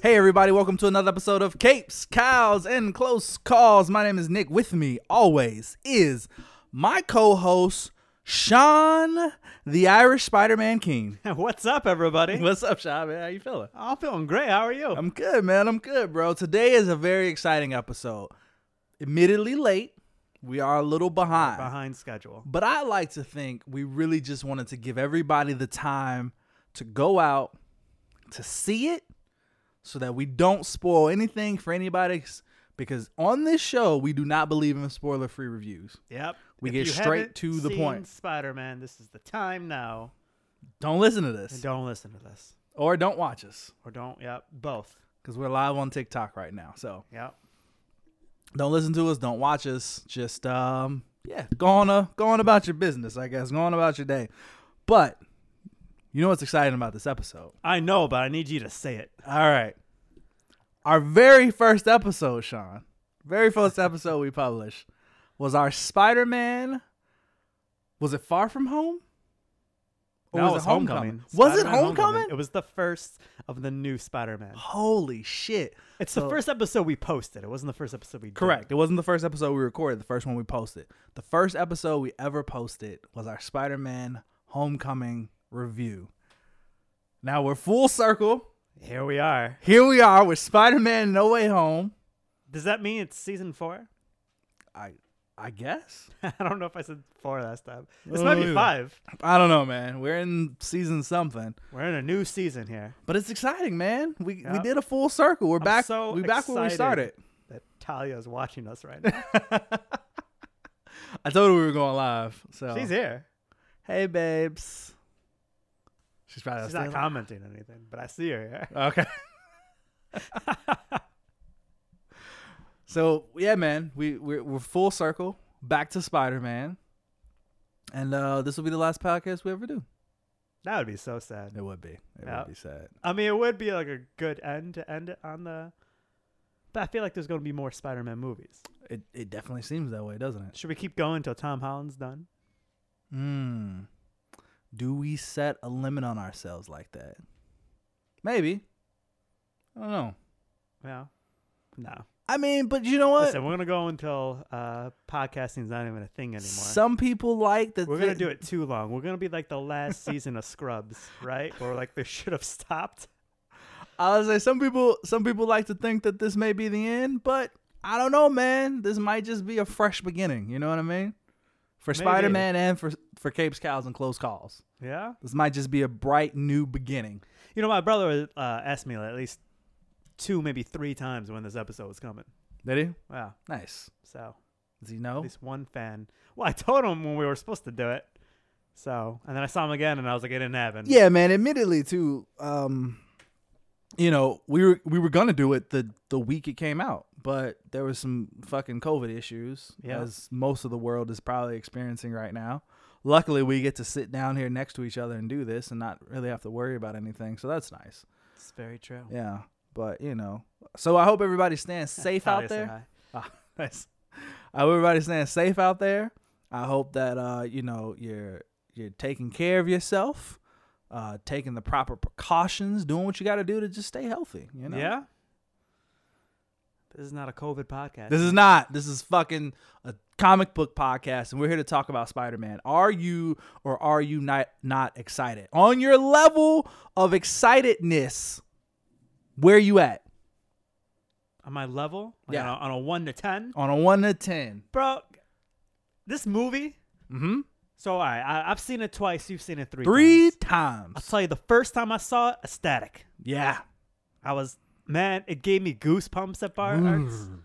Hey, everybody, welcome to another episode of Capes, Cows, and Close Calls. My name is Nick. With me, always, is my co host, Sean, the Irish Spider Man King. What's up, everybody? What's up, Sean, man? How you feeling? I'm feeling great. How are you? I'm good, man. I'm good, bro. Today is a very exciting episode. Admittedly late, we are a little behind. behind schedule. But I like to think we really just wanted to give everybody the time to go out to see it so that we don't spoil anything for anybody. Because on this show, we do not believe in spoiler free reviews. Yep. We get straight to the point. Spider Man, this is the time now. Don't listen to And this don't listen to this. or don't watch us Or don't. Yep. Both. because we're live on TikTok right now. So Yep. don't listen to us, don't watch us. Just, um, yeah, go on, uh, go on about your business, I guess. Go on about your day. But you know what's exciting about this episode? I know, but I need you to say it. All right. Our very first episode, Sean, very first episode we published was our Spider Man. Was it Far From Home? Or Now was it's it Homecoming? Was it Spider-Man Homecoming? It was the first of the new Spider Man. Holy shit. It's So- the first episode we posted. It wasn't the first episode we did. Correct. It wasn't the first episode we recorded, the first one we posted. The first episode we ever posted was our Spider Man Homecoming review. Now we're full circle. Here we are. Here we are with Spider Man No Way Home. Does that mean it's season four? I I guess. I don't know if I said four last time. This I might don't be either. five. I don't know, man. We're in season something, We're in a new season here. but it's exciting, man. We we Yep. did a full circle. We're I'm back. so we back where we excited started. That Talia's watching us right now. I told her we were going live. So She's here. hey, babes. She's probably She's not upstairs. commenting anything, but I see her here. Okay. so yeah, man, we we're, we're full circle back to Spider Man, and uh, this will be the last podcast we ever do. That would be so sad. It would be. It Yep. would be sad. I mean, it would be like a good end to end it on the. But I feel like there's going to be more Spider-Man movies. It it definitely seems that way, doesn't it? Should we keep going until Tom Holland's done? Hmm. Do we set a limit on ourselves like that? Maybe. I don't know. Yeah. No. I mean, but you know what? Listen, we're gonna go until uh, podcasting's not even a thing anymore. Some people like the. we're gonna thi- do it too long. We're gonna be like the last season of Scrubs, right? Where like they should have stopped. I was say some people. Some people like to think that this may be the end, but I don't know, man. This might just be a fresh beginning. You know what I mean? For Maybe. Spider Man and for for Capes, Cows, and Close Calls, Yeah. this might just be a bright new beginning. You know, my brother uh, asked me at least two, maybe three times when this episode was coming. Did he? Wow. Nice. So Does he know? at least one fan. Well, I told him when we were supposed to do it. So and then I saw him again, and I was like, it didn't happen. Yeah, man. Admittedly, too. Um, you know, we were we were gonna do it the the week it came out, but there was some fucking COVID issues, Yeah. as most of the world is probably experiencing right now. Luckily, we get to sit down here next to each other and do this, and not really have to worry about anything. So that's nice. It's very true. Yeah, but you know, so I hope everybody's staying safe out Talia's saying there. hi. Ah, nice. I hope everybody's staying safe out there. I hope that uh, you know you're you're taking care of yourself, uh, taking the proper precautions, doing what you got to do to just stay healthy. You know. Yeah. This is not a COVID podcast. This is not. This is fucking a comic book podcast, and we're here to talk about Spider Man. Are you or are you not not excited? On your level of excitedness, where you at? on my level, like Yeah. on, a, on a one to ten, On a one to ten. bro. This movie. Mm-hmm. So all right, I, I've seen it twice. You've seen it three. Three times. I'll times. tell you, the first time I saw it, ecstatic. Yeah. I was man. It gave me goosebumps at bar arts. Mm.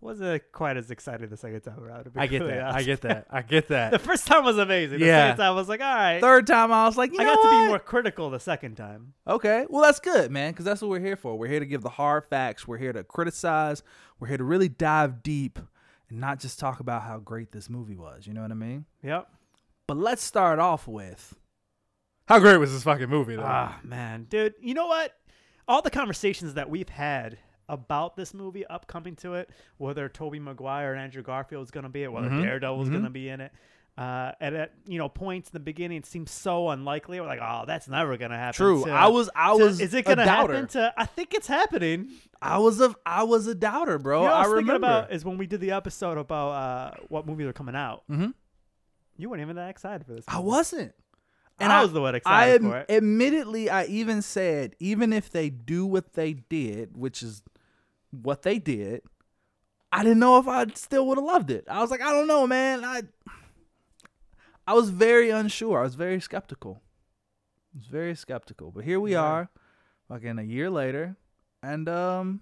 Wasn't quite as excited the second time around. to be I get completely that. I honest. get that. I get The that. first time was amazing. The Yeah. second time I was like, all right. Third time, I was like, you I know got to what? be more critical the second time. Okay, well that's good, man, because that's what we're here for. We're here to give the hard facts. We're here to criticize. We're here to really dive deep and not just talk about how great this movie was. You know what I mean? Yep. But let's start off with how great was this fucking movie, though? Ah, man, dude. You know what? All the conversations that we've had about this movie, upcoming to it, whether Toby Maguire and Andrew Garfield is going to be it, whether Mhm. Daredevil's Mhm. going to be in it. Uh, and at you know points in the beginning, it seems so unlikely. We're like, oh, that's never gonna happen. True. to- I was I to- was Is it a gonna doubter. happen? To I think it's happening. I was a I was a doubter, bro. you know, Oh, what I, I was thinking remember. about is when we did the episode about uh, what movies are coming out. Mhm. You weren't even that excited for this. I movie. wasn't. I was the one I excited am- for it. admittedly I even said even if they do what they did, which is what they did, I didn't know if I still would have loved it. I was like, I don't know, man. I I was very unsure. I was very skeptical. I was very skeptical. But here we Yeah. are, fucking a year later, and um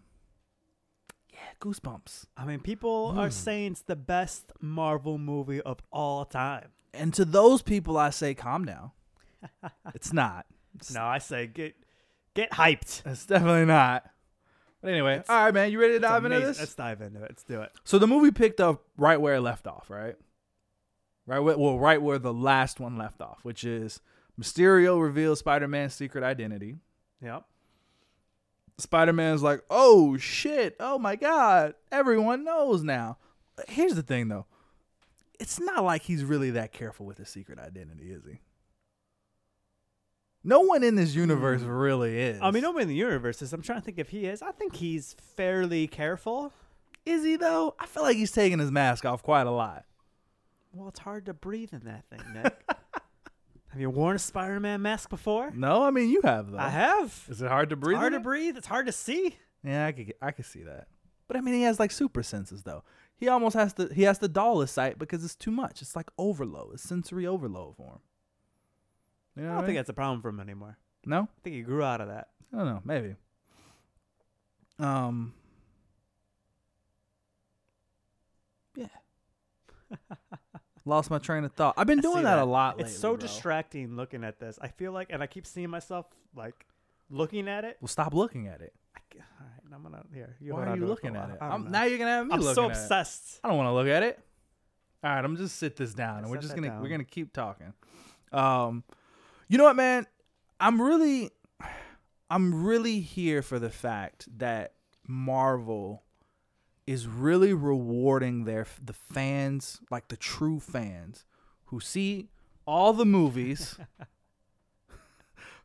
yeah, goosebumps. I mean, people Hmm. are saying it's the best Marvel movie of all time. And to those people I say calm down. it's not. It's No, I say get get hyped. It's definitely not. But anyway, It's- all right, man. You ready to It's dive into amazing. this? Let's dive into it. Let's do it. so the movie picked up right where it left off, right? Right where, well, right where the last one left off, which is Mysterio reveals Spider-Man's secret identity. Yep. Spider-Man's like, "Oh shit! Oh my god! Everyone knows now." Here's the thing, though. It's not like he's really that careful with his secret identity, is he? No one in this universe really is. I mean, nobody in the universe is. I'm trying to think if he is. I think he's fairly careful. is he though? I feel like he's taking his mask off quite a lot. Well, it's hard to breathe in that thing, Nick. Have you worn a Spider-Man mask before? No, I mean you have though. I have. Is it hard to breathe? hard in to it? breathe. It's hard to see. Yeah, I could get- I could see that. But I mean, he has like super senses though. He almost has to he has to doll his sight because it's too much. It's like overload. It's sensory overload for him. You know what I don't I think mean? that's a problem for him anymore. no. I think he grew out of that. I don't know. Maybe. Um. Yeah. Lost my train of thought. I've been I see doing that, a lot lately. It's so bro. distracting looking at this. I feel like, and I keep seeing myself like looking at it. Well, stop looking at it. I, ca- all right, I'm gonna here. You Why hold are on you to looking for a at while. it? I don't I'm, know. now you're gonna have me I'm looking at it. so obsessed. I don't want to look at it. All right, I'm just sit this down, and Yeah, we're set just that gonna down. we're gonna keep talking. Um, you know what, man? I'm really, I'm really here for the fact that Marvel is really rewarding their the fans, like the true fans, who see all the movies,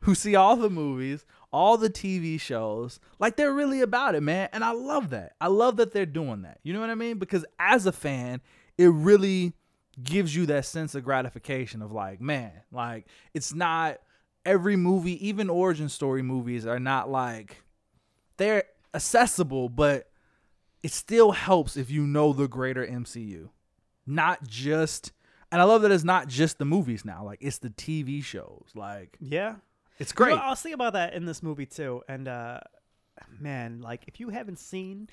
who see all the movies, all the TV shows. Like they're really about it, man. And I love that. I love that they're doing that. You know what I mean? Because as a fan, it really gives you that sense of gratification of like, man, like it's not every movie, even origin story movies are not like they're accessible, but it still helps if you know the greater MCU. Not just and I love that it's not just the movies now, like it's the TV shows. Like Yeah, it's You know, great. I was thinking about that in this movie too, and uh, man, like if you haven't seen.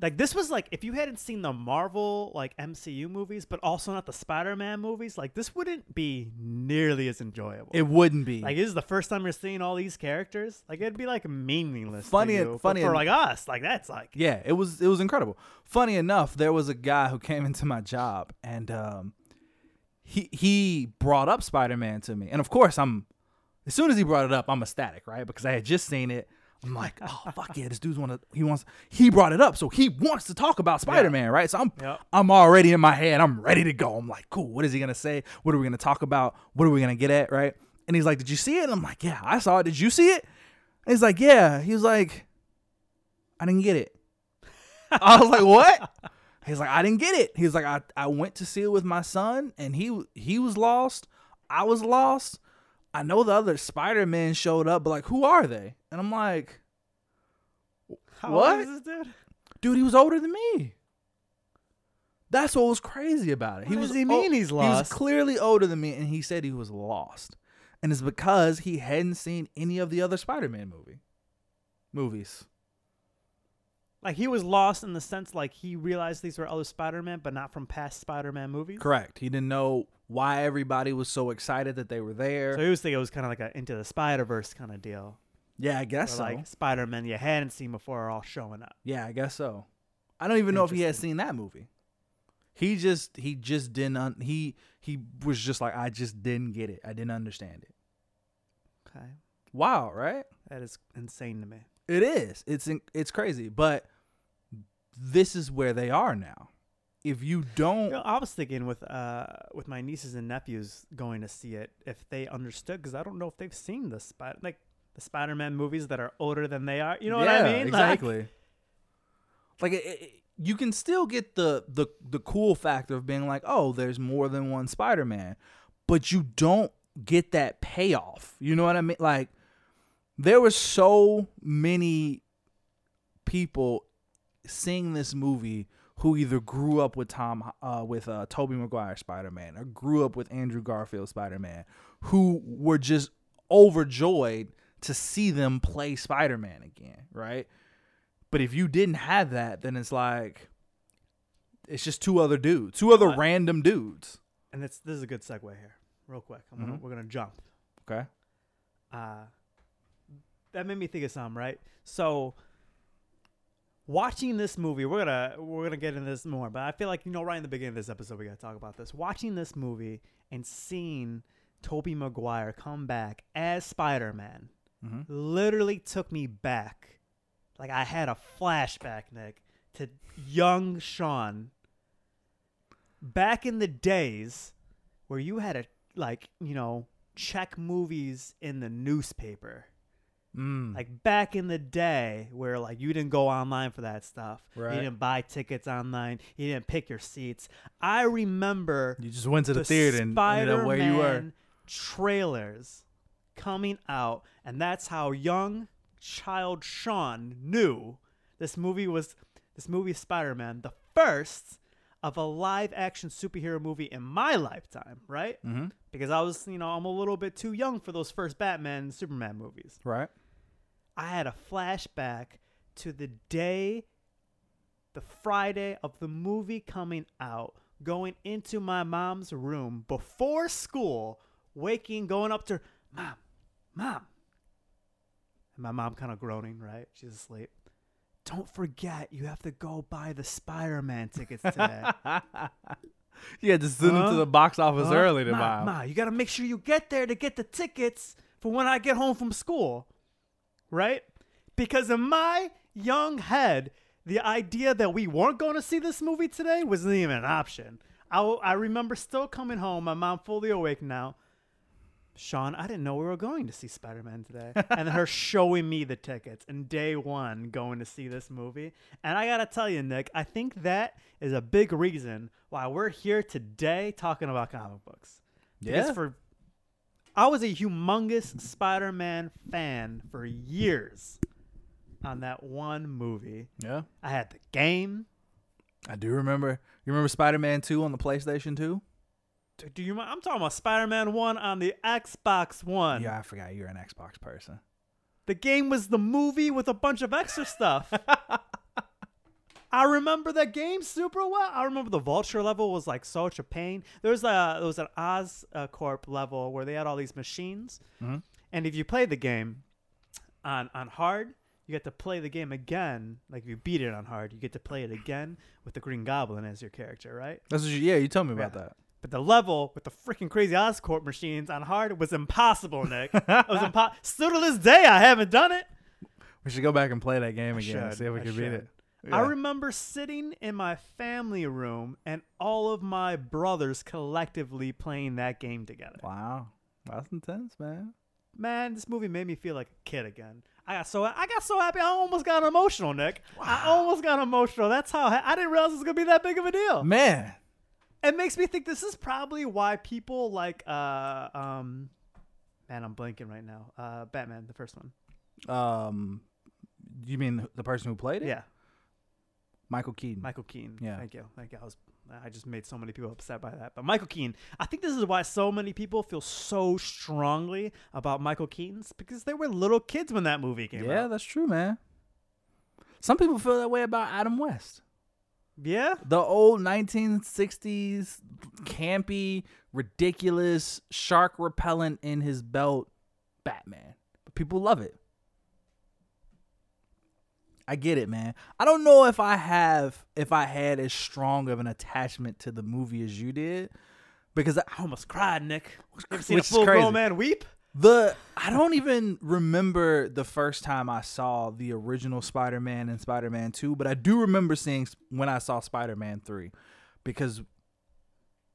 Like this was like if you hadn't seen the Marvel like MCU movies, but also not the Spider-Man movies, like this wouldn't be nearly as enjoyable. It wouldn't be. Like this is the first time you're seeing all these characters. Like it'd be like meaningless. to Funny and- you, but funny and- for like us. Like that's like yeah, it was it was incredible. Funny enough, there was a guy who came into my job and um he he brought up Spider-Man to me. And of course, I'm as soon as he brought it up, I'm ecstatic, right? Because I had just seen it. I'm like, "Oh, fuck yeah, this dude's want to he wants he brought it up, so he wants to talk about Spider-Man, right?" So I'm Yep. I'm already in my head. I'm ready to go. I'm like, "Cool, what is he going to say? What are we going to talk about? What are we going to get at?" Right? And he's like, "Did you see it?" And I'm like, "Yeah, I saw it. Did you see it?" And he's like, "Yeah." He was like, I didn't get it. I was like, what? He's like, I didn't get it. He was like, I, I went to see it with my son and he he was lost. I was lost. I know the other Spider Men showed up, but like, who are they? And I'm like, how old What? is this dude? dude, he was older than me. That's what was crazy about it. he What was does he mean he's He was lost? clearly older than me, and he said he was lost, and it's because he hadn't seen any of the other Spider Man movie movies. Like he was lost in the sense like he realized these were other Spider-Man, but not from past Spider-Man movies. Correct. He didn't know why everybody was so excited that they were there. So he was thinking it was kind of like a Into the Spider-Verse kind of deal. yeah, I where, guess so. Like Spider-Man you hadn't seen before are all showing up. yeah, I guess so. I don't even know if he had Interesting. seen that movie. He just he just didn't un- he he was just like I just didn't get it. I didn't understand it. Okay, Wow, right? that is insane to me. It is. It's in- it's crazy, but this is where they are now. If you don't You know, I was thinking with uh with my nieces and nephews going to see it if they understood because I don't know if they've seen the spot like the Spider-Man movies that are older than they are. You know what I Yeah, mean? Like, Exactly. Like, it, it, it- you can still get the the the cool factor of being like, oh, there's more than one Spider-Man, but you don't get that payoff. You know what I mean? Like, there were so many people seeing this movie who either grew up with Tom uh, with uh, Toby Maguire Spider-Man or grew up with Andrew Garfield Spider-Man who were just overjoyed to see them play Spider-Man again, right? But if you didn't have that, then it's like it's just two other dudes, two other What? random dudes. and it's this is a good segue here, real quick. I'm gonna, Mhm. We're gonna jump. Okay. Uh, that made me think of something, right? So watching this movie, we're gonna we're gonna get into this more, but I feel like you know right in the beginning of this episode we gotta talk about this. Watching this movie and seeing Toby Maguire come back as Spider Man Mm-hmm. literally took me back. Like I had a flashback, Nick, to young Sean. Back in the days where you had to like, you know, check movies in the newspaper. Mm. Like back in the day where like you didn't go online for that stuff. Right. You didn't buy tickets online. You didn't pick your seats. I remember you just went to the, theater and ended up where you were. Spider-Man Trailers coming out, and that's how young child Sean knew this movie was this movie Spider-Man, the first of a live action superhero movie in my lifetime, right? Mm-hmm. Because I was, you know, I'm a little bit too young for those first Batman and Superman movies. Right. I had a flashback to the day, the Friday of the movie coming out, going into my mom's room before school, waking, going up to her, Mom, Mom. And my mom kind of groaning, right? She's asleep. Don't forget, you have to go buy the Spider Man tickets today. You had to send them Huh? to the box office Huh? early to Ma, buy 'em. Ma, you got to make sure you get there to get the tickets for when I get home from school. Right? Because in my young head, the idea that we weren't going to see this movie today wasn't even an option. I, I remember still coming home, my mom fully awake now. Sean, I didn't know we were going to see Spider Man today. and her showing me the tickets and day one going to see this movie. And I got to tell you, Nick, I think that is a big reason why we're here today talking about comic books. Because Yeah. for I was a humongous Spider Man fan for years on that one movie. yeah. I had the game. I do remember. You remember Spider-Man 2 on the PlayStation 2? Do- Do you? mi- I'm talking about Spider-Man One on the Xbox One. Yeah, I forgot you're an Xbox person. The game was the movie with a bunch of extra stuff. I remember that game super well. I remember the vulture level was like such a pain. There was a there was an Oz uh, Corp level where they had all these machines, Mhm. and if you played the game on on hard, you get to play the game again. Like if you beat it on hard, you get to play it again with the Green Goblin as your character, right? That's what you, yeah, you told me about that. But the level with the freaking crazy Oscorp machines on hard was impossible, Nick. it was impo- Still to this day, I haven't done it. We should go back and play that game I again and should. see if we I can beat should. it. I Yeah. remember sitting in my family room and all of my brothers collectively playing that game together. wow. That's intense, man. Man, this movie made me feel like a kid again. I got so I got so happy. I almost got emotional, Nick. I almost got emotional. That's how I, I didn't realize it was gonna be that big of a deal. Man. it makes me think this is probably why people like uh um man i'm blanking right now uh batman the first one Um you mean the person who played it? yeah Michael Keaton. michael keaton Yeah. thank you thank you i was i just made so many people upset by that but michael keaton i think this is why so many people feel so strongly about michael keaton's because they were little kids when that movie came yeah, out that's true, man. Some people feel that way about Adam West. yeah The old 1960s campy, ridiculous, shark repellent in his belt Batman. But people love it. I get it, man. I don't know if I have if I had as strong of an attachment to the movie as you did, because I, I almost cried, Nick. Ever seen which is a full crazy. grown man weep? the I don't even remember the first time I saw the original Spider-Man and Spider-Man 2, but I do remember seeing s- when I saw Spider-Man 3 because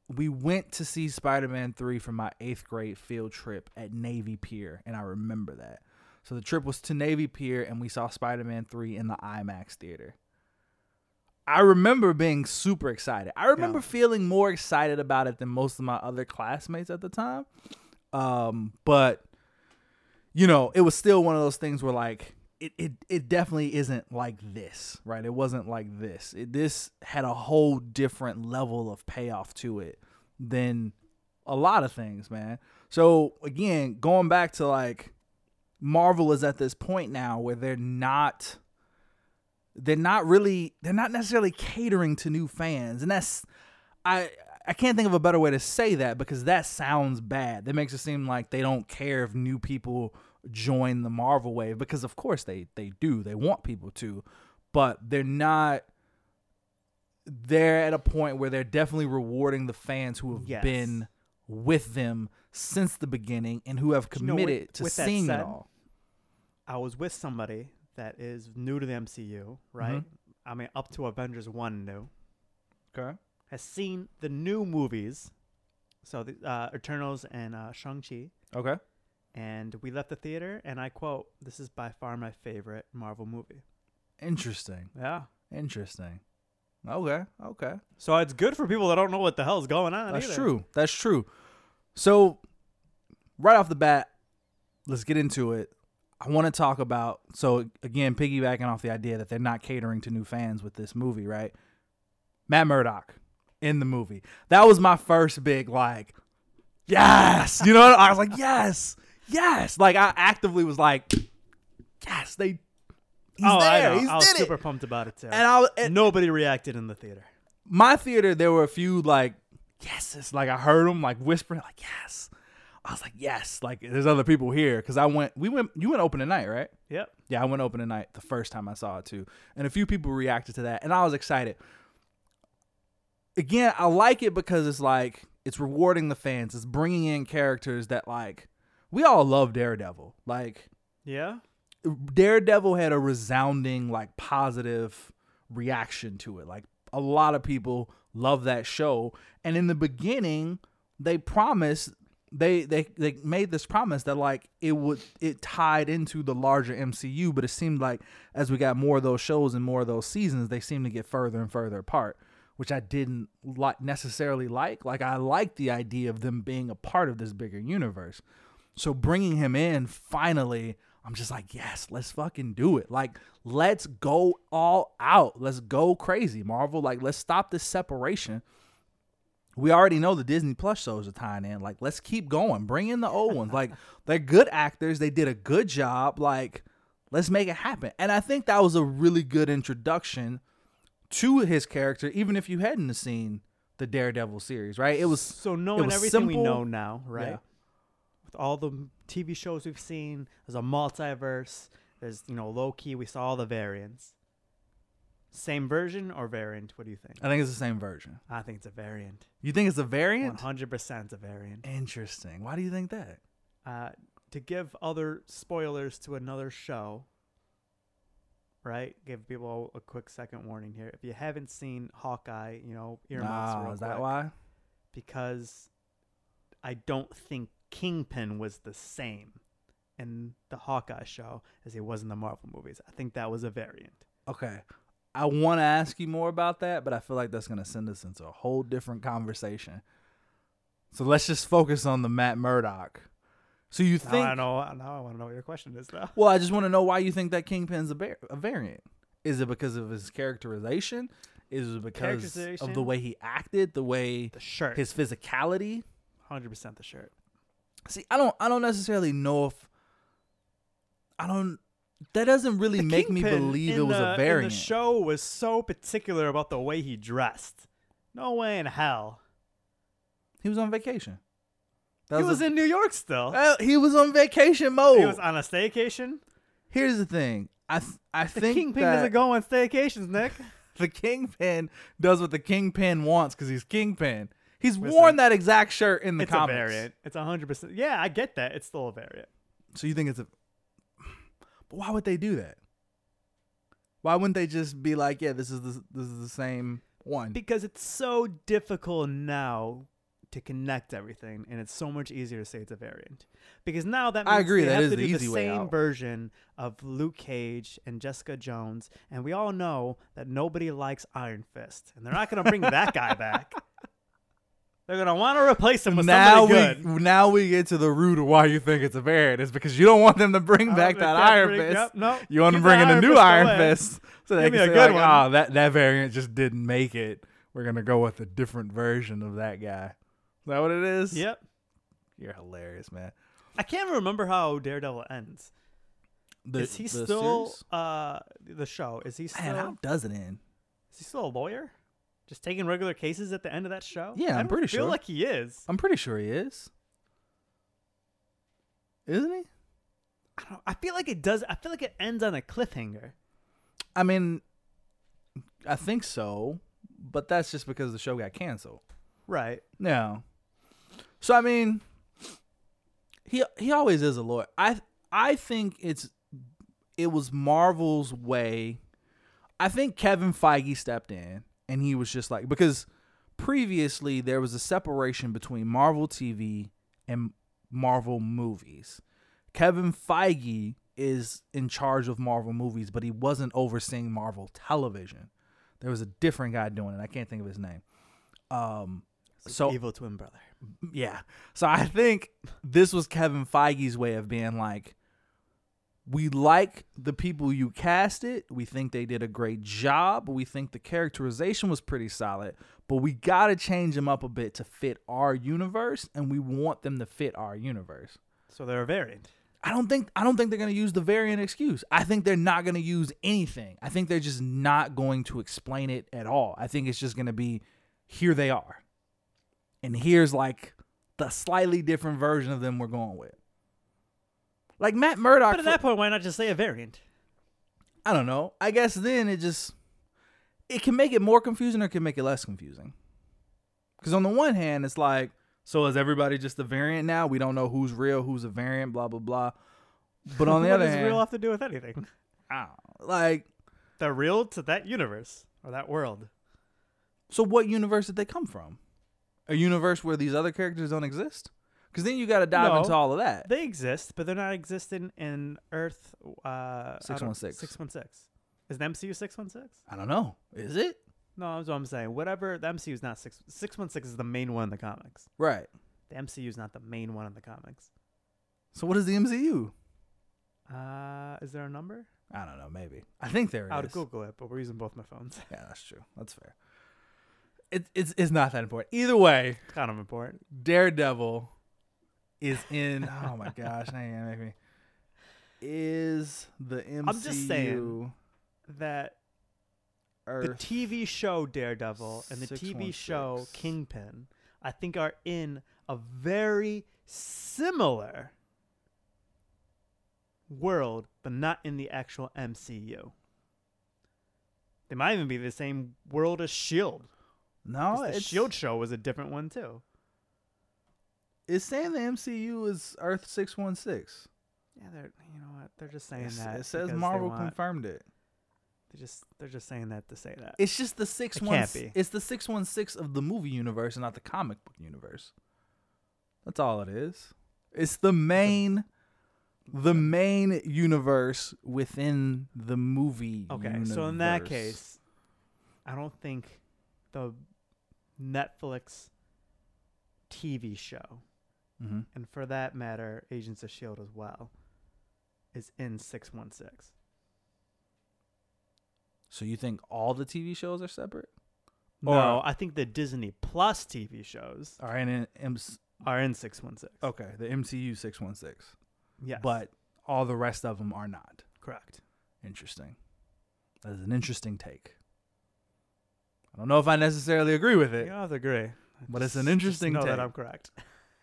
we went to see Spider-Man 3 for my 8th grade field trip at Navy Pier and I remember that. So the trip was to Navy Pier and we saw Spider-Man 3 in the IMAX theater. I remember being super excited. I remember feeling more excited about it than most of my other classmates at the time um but you know it was still one of those things where like it it, it definitely isn't like this right it wasn't like this it, this had a whole different level of payoff to it than a lot of things man so again going back to like marvel is at this point now where they're not they're not really they're not necessarily catering to new fans and that's I I can't think of a better way to say that because that sounds bad. That makes it seem like they don't care if new people join the Marvel wave because of course they they do. They want people to, but they're not they're at a point where they're definitely rewarding the fans who have Yes. been with them since the beginning and who have You know, with- committed to with that seeing said, it all. I was with somebody that is new to the MCU, right? I mean, up to Avengers 1 new, Okay. has seen the new movies. So the uh, Eternals and uh, Shang-Chi. Okay. And we left the theater, and I quote, This is by far my favorite Marvel movie. Interesting. Yeah. Interesting. Okay. Okay. So it's good for people that don't know what the hell's going on. That's either. true. That's true. So, right off the bat, let's get into it. I want to talk about so again, piggybacking off the idea that they're not catering to new fans with this movie, right? Matt Murdock in the movie. That was my first big like, yes, you know. what I was like, yes, yes. Like I actively was like, yes, they. He's oh, there. I know. He's I was did super it. pumped about it too. And I was- and Nobody reacted in the theater. my theater, there were a few like yeses. Like I heard them like whispering, like yes. I was like yes. Like there's other people here because I went. We went. You went opening night, right? Yep. Yeah, I went opening night the first time I saw it too, and a few people reacted to that, and I was excited. Again, I like it because it's like it's rewarding the fans. It's bringing in characters that like we all love Daredevil. Like Yeah. Daredevil had a resounding like positive reaction to it. Like a lot of people love that show, and in the beginning, they promised they they they made this promise that like it would it tied into the larger MCU, but it seemed like as we got more of those shows and more of those seasons, they seemed to get further and further apart, which I didn't like necessarily like. Like I liked the idea of them being a part of this bigger universe. So bringing him in finally, I'm just like, yes, let's fucking do it. Like, let's go all out. Let's go crazy, Marvel. Like, let's stop this separation. We already know the Disney Plus shows are tying in. Like, let's keep going. Bring in the old ones. Like, they're good actors. They did a good job. Like, let's make it happen. And I think that was a really good introduction to his character, even if you hadn't seen the Daredevil series, right? It was So knowing was everything we simple. know now, right? Yeah. With all the m- TV shows we've seen, there's a multiverse. There's you know Loki. We saw all the variants. Same version or variant? What do you think? I think it's the same version. I think it's a variant. You think it's a One variant? hundred percent a variant. Interesting. Why do you think that? Uh, to give other spoilers to another show. Right, give people a quick second warning here. If you haven't seen Hawkeye, you know earmuffs. Ah, real is that quick. why? because I don't think Kingpin was the same in the Hawkeye show as he was in the Marvel movies. I think that was a variant. Okay. I want to ask you more about that, but I feel like that's going to send us into a whole different conversation. So let's just focus on the Matt Murdock. So you Now think? I know. Now I want to know what your question is, though. Well, I just want to know why you think that Kingpin's a, bar- a variant. Is it because of his characterization? Is it because of the Characterization? way he acted, the way The shirt, his physicality? hundred percent the shirt. See, I don't I don't necessarily know if I don't that doesn't really The make me Kingpin believe in it was the- a in variant. The show was so particular about the way he dressed. No way in hell. He was on vacation. That He was a- Oh! in New York still. Well, he was on vacation mode. He was on a staycation. Here's the thing. I th- I The think kingpin that doesn't go on staycations, Nick. the kingpin does what the kingpin wants because he's kingpin. He's Listen, worn that exact shirt in the it's comics. a variant. It's hundred percent. Yeah, I get that. It's still a variant. So you think it's a? But why would they do that? Why wouldn't they just be like, yeah, this is the, this is the same one? because it's so difficult now to connect everything and it's so much easier to say it's a variant because now that means I agree, they that have is to the do easy the way same out. version of Luke Cage and Jessica Jones and we all know that nobody likes Iron Fist and they're not going to bring that guy back they're going to want to replace him with now we somebody good now we get to the root of why you think it's a variant. It's because you don't want them to bring Um, back they that can't Iron bring- Fist. yep, no, You want to keep bring that in a Iron new Fist Iron away. Fist, so they can Give me say a like, good one. "Oh, that that variant just didn't make it. We're gonna go with a different version of that guy." Is that what it is? Yep. You're hilarious, man. I can't remember how Daredevil ends. The, is he still uh the show? Is he still Man, how does it end? Is he still a lawyer? Just taking regular cases at the end of that show? Yeah, I I'm don't pretty feel sure. like he is. I'm pretty sure he is. Isn't he? I, don't, I feel like it does. I feel like it ends on a cliffhanger. I mean, I think so, but that's just because the show got canceled. Right. Yeah. So I mean, he he always is a lawyer. I I think it's it was Marvel's way. I think Kevin Feige stepped in and he was just like because previously there was a separation between Marvel TV and Marvel movies. Kevin Feige is in charge of Marvel movies, but he wasn't overseeing Marvel television. There was a different guy doing it. I can't think of his name. Um so evil twin brother. yeah. So I think this was Kevin Feige's way of being like, we like the people you casted. We think they did a great job. We think the characterization was pretty solid, but we got to change them up a bit to fit our universe, and we want them to fit our universe. So they're a variant. I don't think I don't think they're going to use the variant excuse. I think they're not going to use anything. I think they're just not going to explain it at all. I think it's just going to be here they are. And here's like the slightly different version of them we're going with. Like Matt Murdock But at that point, why not just say a variant? I don't know. I guess then it just it can make it more confusing or it can make it less confusing. Cuz on the one hand it's like so is everybody just a variant now? We don't know who's real, who's a variant, blah blah blah. But on the what other does hand, real have to do with anything? I don't know. Like, They're real to that universe or that world. so what universe did they come from? A universe where these other characters don't exist? Because then you got to dive No. into all of that. They exist, but they're not existing in Earth. Uh, 616. Six one six. Is the MCU six one six? I don't know. Is it? No, that's what I'm saying. Whatever the MCU is not six six one six is the main one in the comics. Right. The MCU is not the main one in the comics. So what is the MCU? Uh, is there a number? I don't know. Maybe. I think there I would is. Google it, but we're using both my phones. Yeah, that's true. That's fair. It, it's, it's not that important. Either way, It's kind of important. Daredevil is in. oh my gosh. Now you're gonna make me. Is the MCU I'm just saying, That the Earth? TV show Daredevil and the TV show 616. Kingpin, I think, are in a very similar world, but not in the actual MCU. They might even be the same world as Shield. no, E 'cause the it's- Shield E show was a different one too. It's saying the MCU is Earth six one six. Yeah, they're you know what they're just saying It that. says because they Marvel want- confirmed it. They're just they're just saying that to say that. It's just the six can't one. be. It's the six one six of the movie universe, and not the comic book universe. That's all it is. It's the main, the main universe within the movie. Okay, so in universe. that case, I don't think the Netflix TV show, Mhm. and for that matter, Agents of Shield E as well, is in six one six. so you think all the TV shows are separate? No, Or- I think the Disney Plus TV shows All right, and M- are in six one six. okay, the MCU six one six, yes, Oh, but all the rest of them are not. correct. Interesting. That is an interesting take. I don't know if I necessarily agree with You it. don't have to agree, But it's an Just- just interesting Know take. that I'm correct.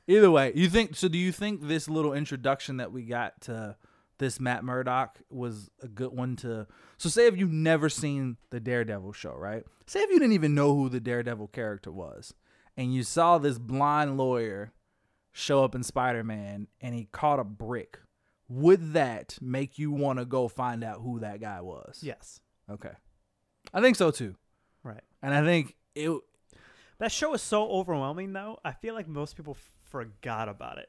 Either way, you think so? Do you think this little introduction that we got to this Matt Murdock was a good one to. So say if you've never seen the Daredevil show, right? Say if you didn't even know who the Daredevil character was, and you saw this blonde lawyer show up in Spider Man and he caught a brick. Would that make you want to go find out who that guy was? Yes. Okay. I think so too. Right. And I think it That show is so overwhelming, though. I feel like most people forgot about it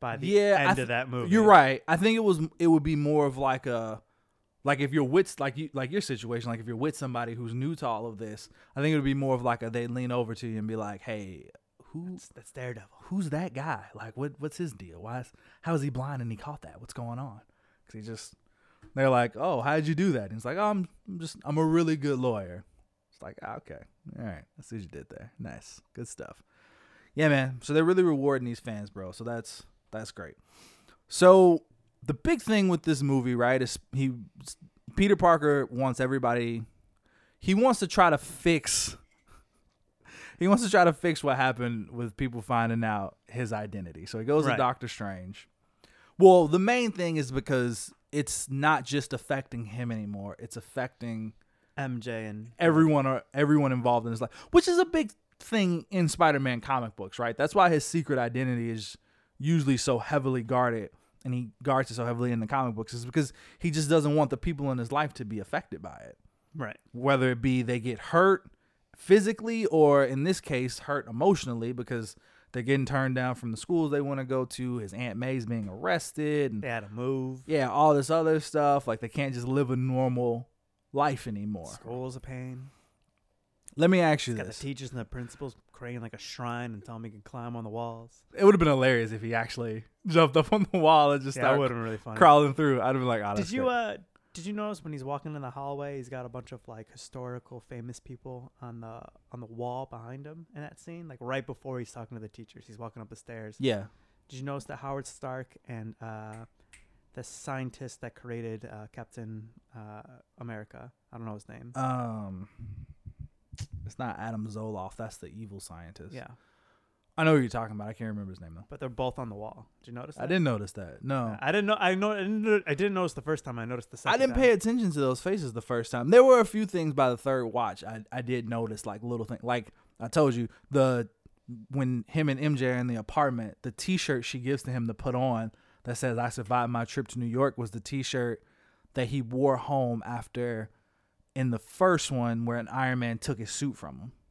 by the Yeah, I end th- of that movie. You're right. I think it was it would be more of like a like if your wits like you like your situation like if you're with somebody who's new to all of this, I think it would be more of like a they lean over to you and be like, "Hey, who That's, that's Daredevil. who's that guy? Like what what's his deal? Why is how is he blind and he caught that? What's going on?" Cuz he just they're like, "Oh, how did you do that?" And he's like, oh, "I'm I'm just I'm a really good lawyer." It's like, ah, "Okay. All right. I see what you did there. Nice. Good stuff." Yeah, man. So they're really rewarding these fans, bro. So that's that's great. So the big thing with this movie, right, is he Peter Parker wants everybody he wants to try to fix he wants to try to fix what happened with people finding out his identity. So he goes to Right. Doctor Strange. Well, the main thing is because it's not just affecting him anymore. It's affecting MJ and everyone or everyone involved in his life, which is a big thing in Spider-Man comic books, right? That's why his secret identity is usually so heavily guarded, and he guards it so heavily in the comic books, is because he just doesn't want the people in his life to be affected by it, right. whether it be they get hurt physically or in this case hurt emotionally because they're getting turned down from the schools they want to go to. His aunt May's being arrested, and They had to move. yeah, all this other stuff. Like they can't just live a normal life anymore. School's a pain. Let me ask you Got the this. teachers and the principals creating like a shrine and telling me you can climb on the walls. It would have been hilarious if he actually jumped up on the wall and just Yeah, that would started have been really funny. crawling through. I'd have been like, oh, Did that's you good. uh did you notice when he's walking in the hallway, he's got a bunch of like historical famous people on the on the wall behind him in that scene, like right before he's talking to the teachers, he's walking up the stairs. Yeah. Did you notice that Howard Stark and uh the scientist that created uh, Captain uh, America, I don't know his name. Um, it's not Adam Zoloff. That's the evil scientist. yeah, I know who you're talking about. I can't remember his name though. but they're both on the wall. Did you notice? That? I didn't notice that. No. I didn't know. I know. I didn't, know- I didn't notice the first time. I noticed the second. I didn't time. pay attention to those faces the first time. There were a few things by the third watch I, I did notice, like little things. Like I told you, the when him and MJ are in the apartment, the T-shirt she gives to him to put on that says "I survived my trip to New York" was the T-shirt that he wore home after in the first one where an Iron Man took his suit from him.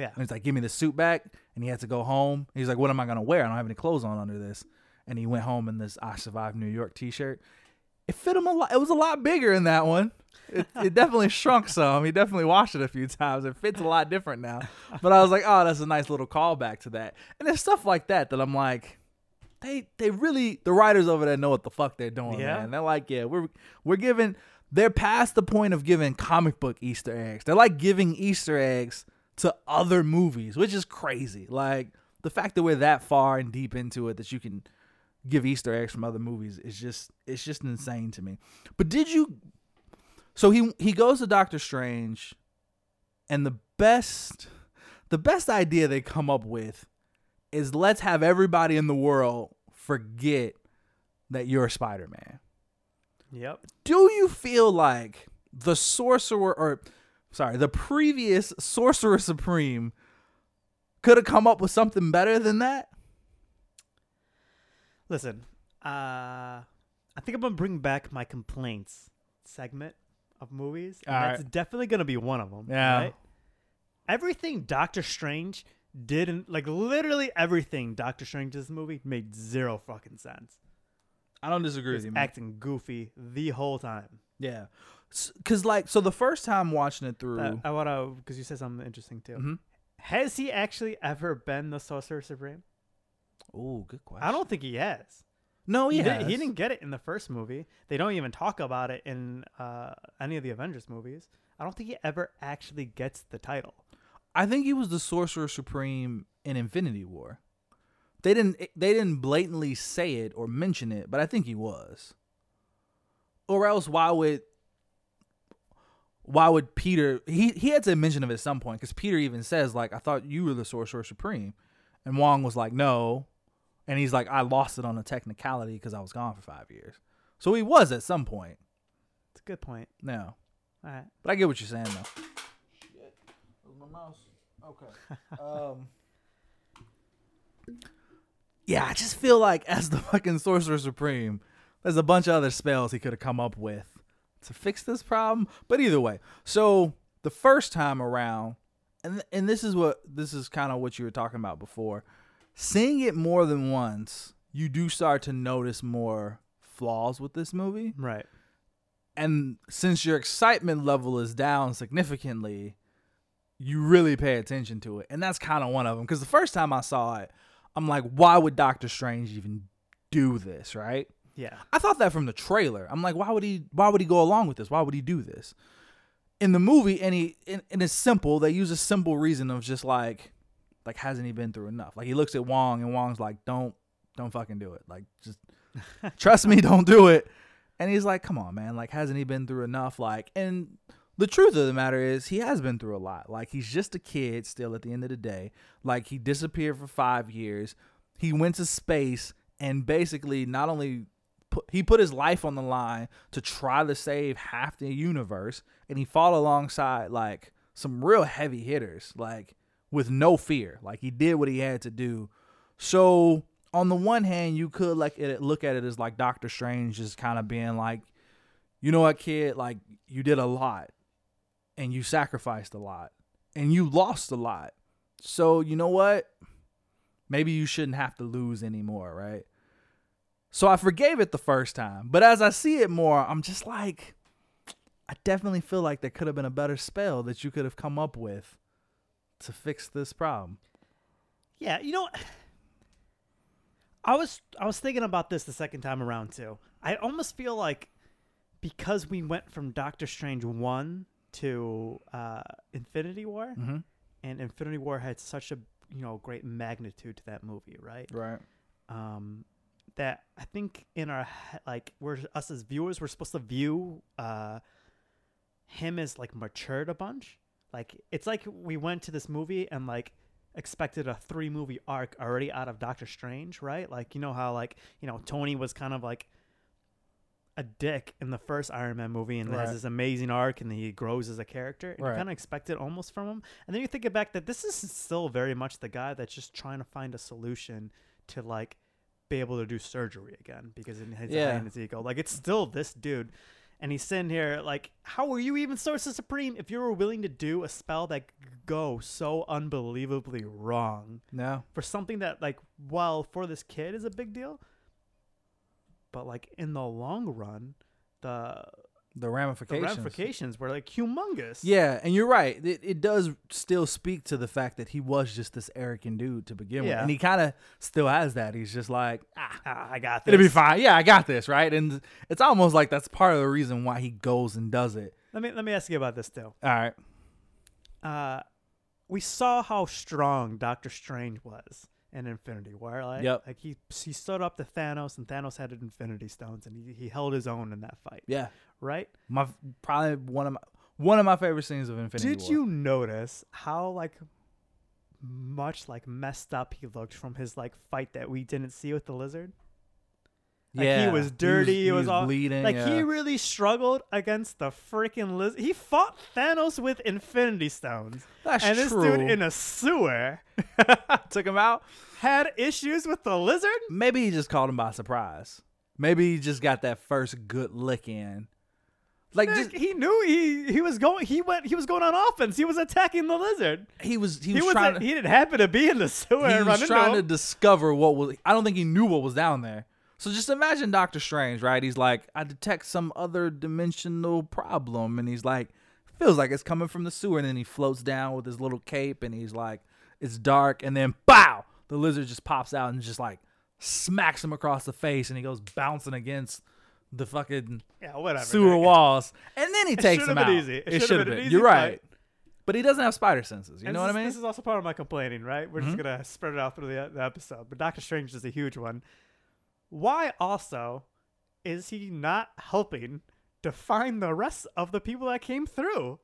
Yeah. And he's like, give me the suit back. And he had to go home. He's like, what am I going to wear? I don't have any clothes on under this. And he went home in this I Survived New York t shirt. It fit him a lot. It was a lot bigger in that one. It, it definitely shrunk some. He definitely washed it a few times. It fits a lot different now. But I was like, oh, that's a nice little callback to that. And there's stuff like that that I'm like, they they really the writers over there know what the fuck they're doing, Yeah. man. They're like, yeah, we're we're giving they're past the point of giving comic book Easter eggs. They're like giving Easter eggs to other movies, which is crazy. Like the fact that we're that far and deep into it that you can give Easter eggs from other movies is just it's just insane to me. But did you so he he goes to Doctor Strange and the best the best idea they come up with is let's have everybody in the world forget that you're Spider-Man. Yep. Do you feel like the sorcerer or sorry, the previous sorcerer supreme could have come up with something better than that? Listen, uh, I think I'm gonna bring back my complaints segment of movies. and All that's definitely gonna be one of them. Yeah. Everything Doctor Strange did, in, like literally everything Doctor Strange's movie made zero fucking sense. I don't disagree He's acting goofy the whole time. Yeah. S- Cuz like so the first time watching it through Uh, I wanna, because you said something interesting too. Mhm. Has he actually ever been the Sorcerer Supreme? Oh, good question. I don't think he has. No, He, he, didn't, has. he didn't get it in the first movie. They don't even talk about it in uh, any of the Avengers movies. I don't think he ever actually gets the title. I think he was the Sorcerer Supreme in Infinity War. They didn't they didn't blatantly say it or mention it, but I think he was. Or else why would why would Peter he he had to mention of it at some point cuz Peter even says like I thought you were the Sorcerer Supreme. And Wong was like, "No." And he's like, "I lost it on a technicality cuz I was gone for 5 years." So he was at some point. It's a good point. No. All right. But I get what you're saying though. Shit. Where's my mouse? Okay. Um Yeah, I just feel like as the fucking Sorcerer Supreme, there's a bunch of other spells he could have come up with to fix this problem. But either way, so the first time around, and and this is what this is kind of what you were talking about before. Seeing it more than once, you do start to notice more flaws with this movie Right. and since your excitement level is down significantly, you really pay attention to it. And that's kind of one of them. Because the first time I saw it, I'm like, why would Doctor Strange even do this, right? Yeah. I thought that from the trailer. I'm like, why would he? Why would he go along with this? Why would he do this? In the movie, and he and, and it's simple. They use a simple reason of just like, like hasn't he been through enough? Like he looks at Wong, and Wong's like, don't, don't fucking do it. Like just trust me, don't do it. And he's like, come on, man. Like hasn't he been through enough? Like and. The truth of the matter is, he has been through a lot. Like, he's just a kid still at the end of the day. Like, he disappeared for five years. He went to space and basically not only put, he put his life on the line to try to save half the universe and he fought alongside like some real heavy hitters like with no fear like he did what he had to do so on the one hand you could like it, look at it as like doctor strange just kind of being like you know what kid like you did a lot and you sacrificed a lot and you lost a lot so you know what maybe you shouldn't have to lose anymore right so I forgave it the first time, but as I see it more, I'm just like, I definitely feel like there could have been a better spell that you could have come up with to fix this problem. Yeah, you know, I was I was thinking about this the second time around too. I almost feel like because we went from Doctor Strange one to uh, Infinity War, Mhm. and Infinity War had such a you know great magnitude to that movie, right? Right. Um, that I think in our he- like we're us as viewers we're supposed to view uh, him as like matured a bunch. Like it's like we went to this movie and like expected a three movie arc already out of Doctor Strange, right? Like you know how like you know Tony was kind of like a dick in the first Iron Man movie and Right. has this amazing arc and he grows as a character. And Right. You kind of expect it almost from him, and then you think it back that this is still very much the guy that's just trying to find a solution to like be able to do surgery again because in his Yeah. eye and his ego, like it's still this dude. And he's sitting here like, how are you even Sorcerer Supreme if you were willing to do a spell that could go so unbelievably wrong No. for something that like, well, for this kid is a big deal, but like in the long run, the The the ramifications. ramifications were like humongous. Yeah, and you're right. It, it does still speak to the fact that he was just this arrogant dude to begin with. Yeah. And he kind of still has that. He's just like, ah, Ah, I got this. it'll be fine. Yeah, I got this, right? And it's almost like that's part of the reason why he goes and does it. Let me let me ask you about this though. All right. uh, we saw how strong Doctor Strange was in Infinity War. Like, Yep. like he he stood up to Thanos, and Thanos had Infinity Stones, and he, he held his own in that fight. Yeah. Right? My probably one of my one of my favorite scenes of Infinity Did War. you notice how like much like messed up he looked from his like fight that we didn't see with the lizard? Like he was dirty. He was, all bleeding. Like yeah. he really struggled against the freaking lizard. He fought Thanos with Infinity Stones, That's and this true. dude in a sewer. took him out. had issues with the lizard? Maybe he just caught him by surprise. Maybe he just got that first good lick in. Like Nick, just, he knew he he was going he went he was going on offense. He was attacking the lizard. he was he He, was, was trying to he didn't happen to be in the sewer he and run was into trying to him. discover what was. I don't think he knew what was down there. So just imagine Doctor Strange, right? He's like, I detect some other dimensional problem, and he's like, feels like it's coming from the sewer, and then he floats down with his little cape, and he's like, it's dark, and then bow, the lizard just pops out and just like smacks him across the face, and he goes bouncing against the fucking yeah, whatever. sewer Nick. walls, and then he takes should've him been out. easy. It should've should've been an easy You're fight. right, but he doesn't have spider senses. You And know what this I is- mean? Mm-hmm. This is also part of my complaining, right? We're just gonna spread it out through the, the episode. But Doctor Strange is a huge one. Why also is he not helping to find the rest of the people that came through?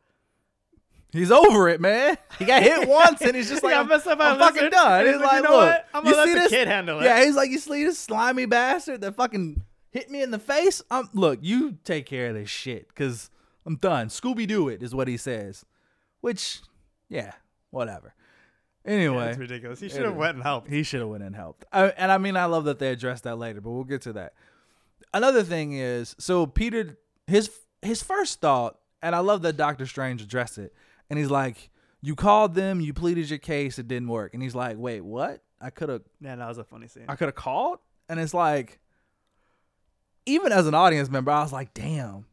He's over it, man. He got hit once, and he's just He like, got "I'm, messed up by I'm a fucking lizard, done." and He's he's like, like, "You know "Look, what? I'm gonna you let see the this kid handle it." Yeah, he's like, "You see this slimy bastard that fucking hit me in the face. I'm look, you take care of this shit because I'm done. Scooby Doo it is what he says, which yeah, whatever. Anyway, That's ridiculous. He should have went and helped. he should have went and helped. I, and I mean, I love that they addressed that later, but we'll get to that. Another thing is, so Peter, his his first thought, and I love that Doctor Strange addressed it, and he's like, "You called them, you pleaded your case, it didn't work," and he's like, "Wait, what? I could have, Yeah, that was a funny scene. I could have called," and it's like, even as an audience member, I was like, "Damn,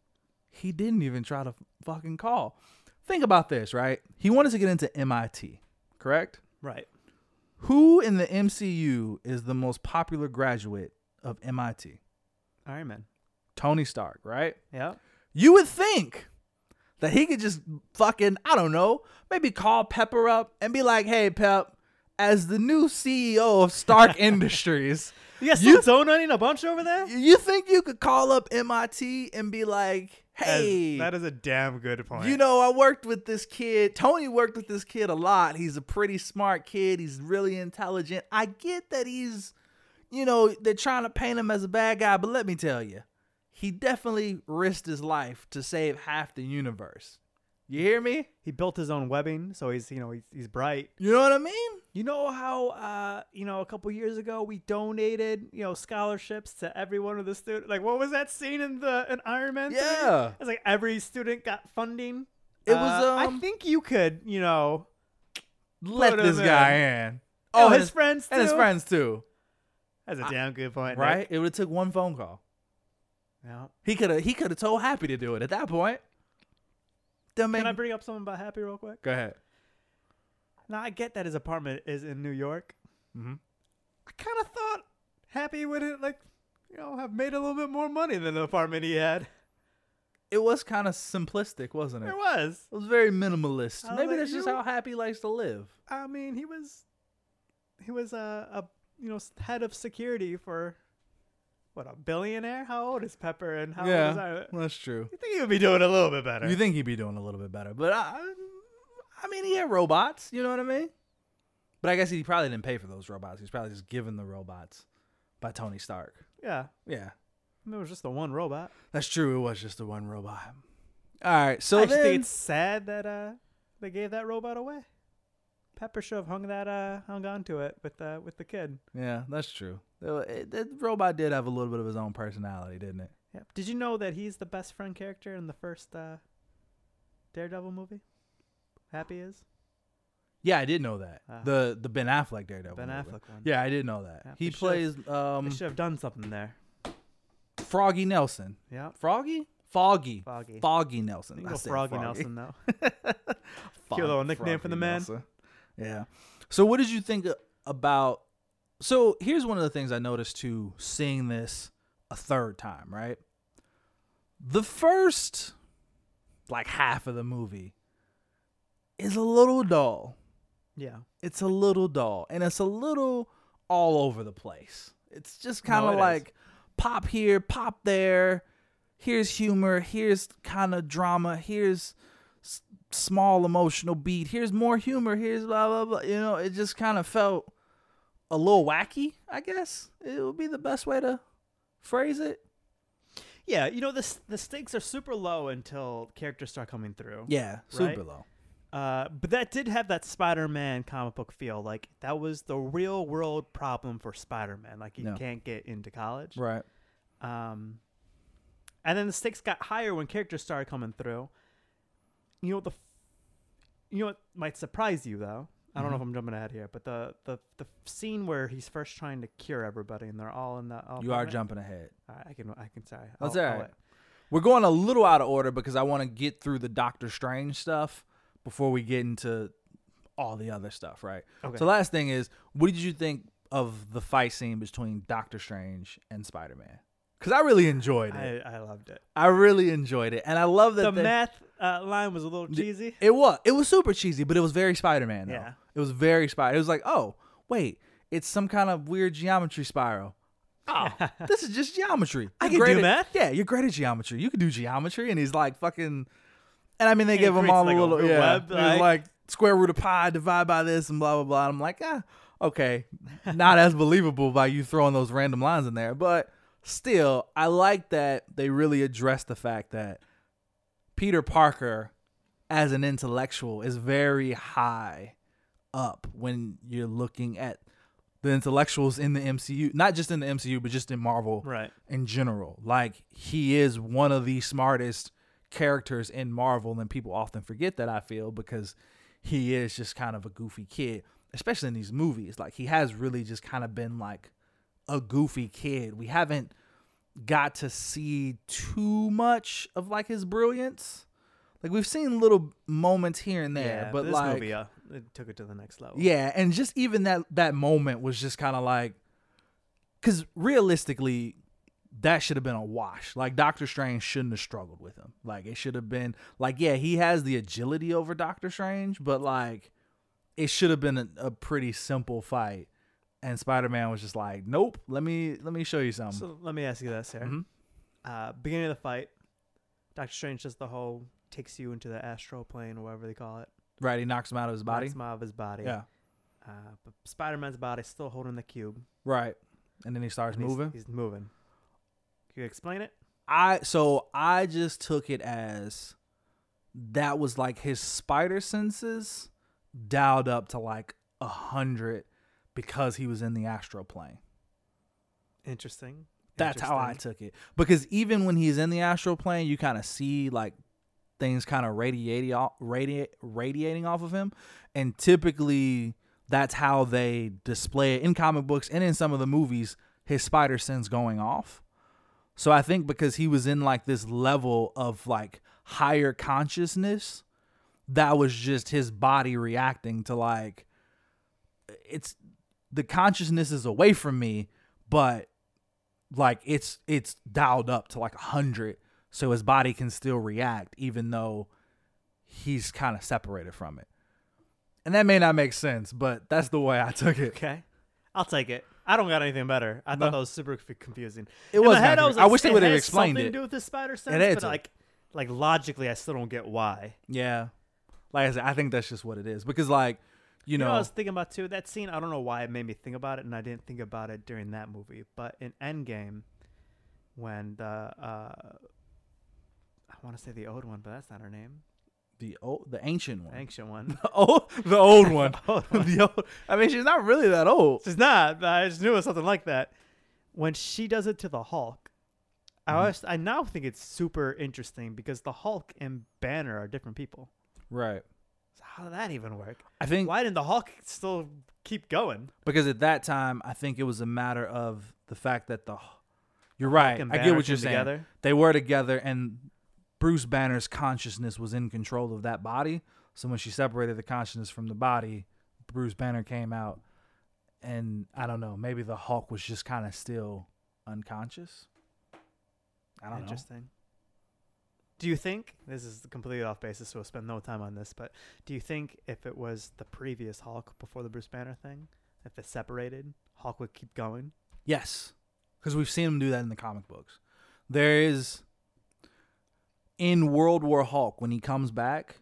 he didn't even try to fucking call." Think about this, right? He wanted to get into MIT, correct? Right. Who in the MCU is the most popular graduate of MIT? Iron Man. Tony Stark, right? Yeah. You would think that he could just fucking, I don't know, maybe call Pepper up and be like, hey, Pep, as the new CEO of Stark Industries, You got You- you donating a bunch over there? you think you could call up MIT and be like, hey, That is a damn good point. You know, I worked with this kid. Tony worked with this kid a lot. He's a pretty smart kid. He's really intelligent. I get that he's, you know, they're trying to paint him as a bad guy, but let me tell you, he definitely risked his life to save half the universe. You hear me? he built his own webbing, so he's you know he's, he's bright. You know what I mean? You know how uh, you know a couple years ago we donated you know scholarships to every one of the students. Like what was that scene in the in Iron Man? three? Yeah. it's like every student got funding. It was, Uh, I um, think you could you know Let Put this him guy in. Oh, his, and his friends and his too? friends too, That's a damn good point, Nick. right? It would have took one phone call. Yeah. He could have. He could have told Happy to do it at that point. Don't Can I make- bring up something about Happy real quick? Go ahead. Now I get that his apartment is in New York. Mhm. I kind of thought Happy would have like you know have made a little bit more money than the apartment he had. It was kind of simplistic, wasn't it? There was. It was very minimalist. I'll Maybe let that's just you- how Happy likes to live. I mean, he was he was a, a you know s- head of security for what a billionaire. How old is Pepper and how old is I? that's true. You think he would be doing a little bit better? You think he'd be doing a little bit better, but I, I mean, he had robots. You know what I mean? But I guess he probably didn't pay for those robots. He's probably just given the robots by Tony Stark. yeah, Yeah, I mean, it was just the one robot. that's true. It was just the one robot. All right, so I actually then think it's sad that uh they gave that robot away. Pepper should have hung that uh hung on to it with uh with the kid. yeah, that's true. Though it- The robot did have a little bit of his own personality, didn't it? Yep. Did you know that he's the best friend character in the first uh Daredevil movie? Happy is Yeah, I did know that. Ah. the the Ben Affleck Daredevil. Ben movie. Affleck one. Yeah, I did know that. Yeah, he they should've- plays um They should have done something there. Froggy Nelson. Yeah. Froggy? Foggy. Foggy. Foggy Nelson. I You can go said Froggy Foggy. Nelson though. Fog- Cute little nickname for the Froggy man. Nelson. Yeah. So what did you think a- about So here's one of the things I noticed too seeing this a third time, right? The first like half of the movie is a little dull. Yeah. It's a little dull and it's a little all over the place. It's just kind No, of it is. like pop here, pop there. Here's humor, here's kind of drama, here's s- small emotional beat, here's more humor, here's blah blah blah. You know, it just kind of felt a little wacky, I guess. It would be the best way to phrase it. Yeah, you know this the stakes are super low until characters start coming through. Yeah, super Right? low. Uh, but that did have that Spider-Man comic book feel. Like that was the real world problem for Spider-Man. Like he Yeah. can't get into college. Right. Um, and then the stakes got higher when characters started coming through. You know the, you know what might surprise you though. I Mm-hmm. don't know if I'm jumping ahead here, but the, the the scene where he's first trying to cure everybody and they're all in the all You are jumping jumping. ahead. I can I can sorry. That's I'll- all I'll right. wait. We're going a little out of order because I want to get through the Doctor Strange stuff before we get into all the other stuff, right? Okay. So last thing is, what did you think of the fight scene between Doctor Strange and Spider Man? Because I really enjoyed it. I, I loved it. I, really enjoyed it, and I love that The they- math uh, line was a little cheesy. It was it was super cheesy, but it was very Spider Man. though. Yeah. it was very Spider. It was like, oh wait, it's some kind of weird geometry spiral. Oh, this is just geometry. I can do math. Yeah, you're great at geometry. You can do geometry, and he's like fucking. And I mean, they And give it him creates all like a a little weird yeah. web, it was like- like square root of pi divide by this and blah blah blah. And I'm like, ah, okay, not as believable by you throwing those random lines in there, but still, I like that they really address the fact that Peter Parker, as an intellectual, is very high up when you're looking at the intellectuals in the MCU, not just in the MCU, but just in Marvel Right. in general. Like he is one of the smartest characters in Marvel, and people often forget that. I feel because he is just kind of a goofy kid, especially in these movies. Like he has really just kind of been like a goofy kid. We haven't got to see too much of like his brilliance. Like we've seen little moments here and there, but this like movie, uh, it took it to the next level. yeah, and just even that that moment was just kind of like, because realistically, that should have been a wash. Like Doctor Strange shouldn't have struggled with him. Like it should have been like, yeah, he has the agility over Doctor Strange, but like, it should have been a, a pretty simple fight. And Spider Man was just like, nope. Let me let me show you something. So let me ask you this here. Mhm. Uh, beginning of the fight, Doctor Strange does the whole takes you into the astral plane or whatever they call it. right, he knocks him out of his body. Knocks him out of his body. Yeah, Uh, but Spider Man's body's still holding the cube. right. And then he starts and he's- moving. He's moving. Can you explain it? I so I just took it as that was like his spider senses dialed up to like a hundred because he was in the astral plane. Interesting. That's how I Interesting. took it. Because even when he's in the astral plane, you kind of see like things kind of radiating off, radiate, radiating off of him, and typically that's how they display it in comic books and in some of the movies. His spider sense going off. So I think because he was in like this level of like higher consciousness, that was just his body reacting to like it's the consciousness is away from me, but like it's it's dialed up to like a hundred, so his body can still react even though he's kind of separated from it. And that may not make sense, but that's the way I took it. Okay. I'll take it. I don't got anything better. I No. thought that was super conf- confusing. It In my was. head, kinda- I was I like, wish they it would have has explained something it. to do with this spider It had sense, but to. like, like logically, I still don't get why. Yeah, like I said, I think that's just what it is because like you, You know, know, what I was thinking about too that scene. I don't know why it made me think about it, and I didn't think about it during that movie. But in Endgame, when the uh, I want to say the old one, but that's not her name, the old, the ancient the one, ancient one. the old, the old one, old one. the old. I mean, she's not really that old. She's not. But I just knew it was something like that. When she does it to the Hulk, Mm-hmm. I always, I now think it's super interesting because the Hulk and Banner are different people. Right. So how did that even work? I think Why didn't the Hulk still keep going? because at that time I think it was a matter of the fact that the you're right. and I get Banner what you're came saying. together? They were together, and Bruce Banner's consciousness was in control of that body. So when she separated the consciousness from the body, Bruce Banner came out, and I don't know. Maybe the Hulk was just kind of still unconscious. I don't know. Interesting. Do you think this is completely off basis? So we'll spend no time on this. But do you think if it was the previous Hulk before the Bruce Banner thing, if they separated, Hulk would keep going? Yes, because we've seen him do that in the comic books. There is in World War Hulk when he comes back.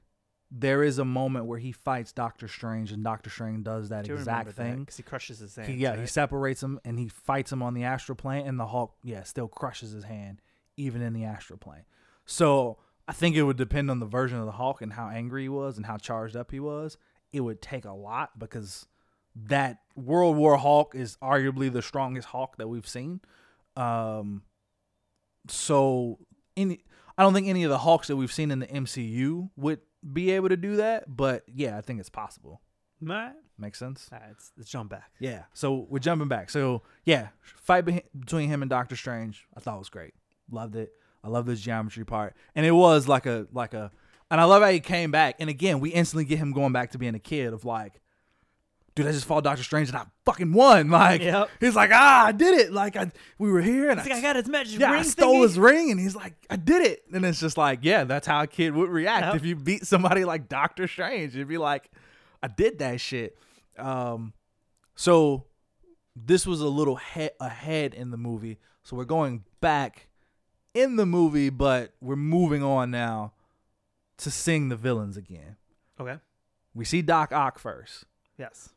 There is a moment where he fights Doctor Strange, and Doctor Strange does that Do exact thing. because he crushes his hands. He, yeah, he right? separates him and he fights him on the astral plane, and the Hulk, yeah, still crushes his hand even in the astral plane. So I think it would depend on the version of the Hulk and how angry he was and how charged up he was. It would take a lot because that World War Hulk is arguably the strongest Hulk that we've seen. Um, so any, I don't think any of the Hulks that we've seen in the MCU would be able to do that, but yeah, I think it's possible. Alright, Makes sense. alright, let's, let's jump back. Yeah. So we're jumping back. So yeah, fight be- between him and Doctor Strange. I thought was great. Loved it. I love this geometry part, and it was like a like a, and I love how he came back. And again, we instantly get him going back to being a kid of like, dude, I just fought Doctor Strange and I fucking won. Like Yep. he's like, ah, I did it. Like I we were here and He's like, I I got his magic yeah, ring. I stole thingy." his ring, and he's like, "I did it." And it's just like, yeah, that's how a kid would react Yep. if you beat somebody like Doctor Strange. You'd be like, "I did that shit." Um, so this was a little he- ahead in the movie, so we're going back in the movie, but we're moving on now to sing the villains again. Okay. We see Doc Ock first. Yes.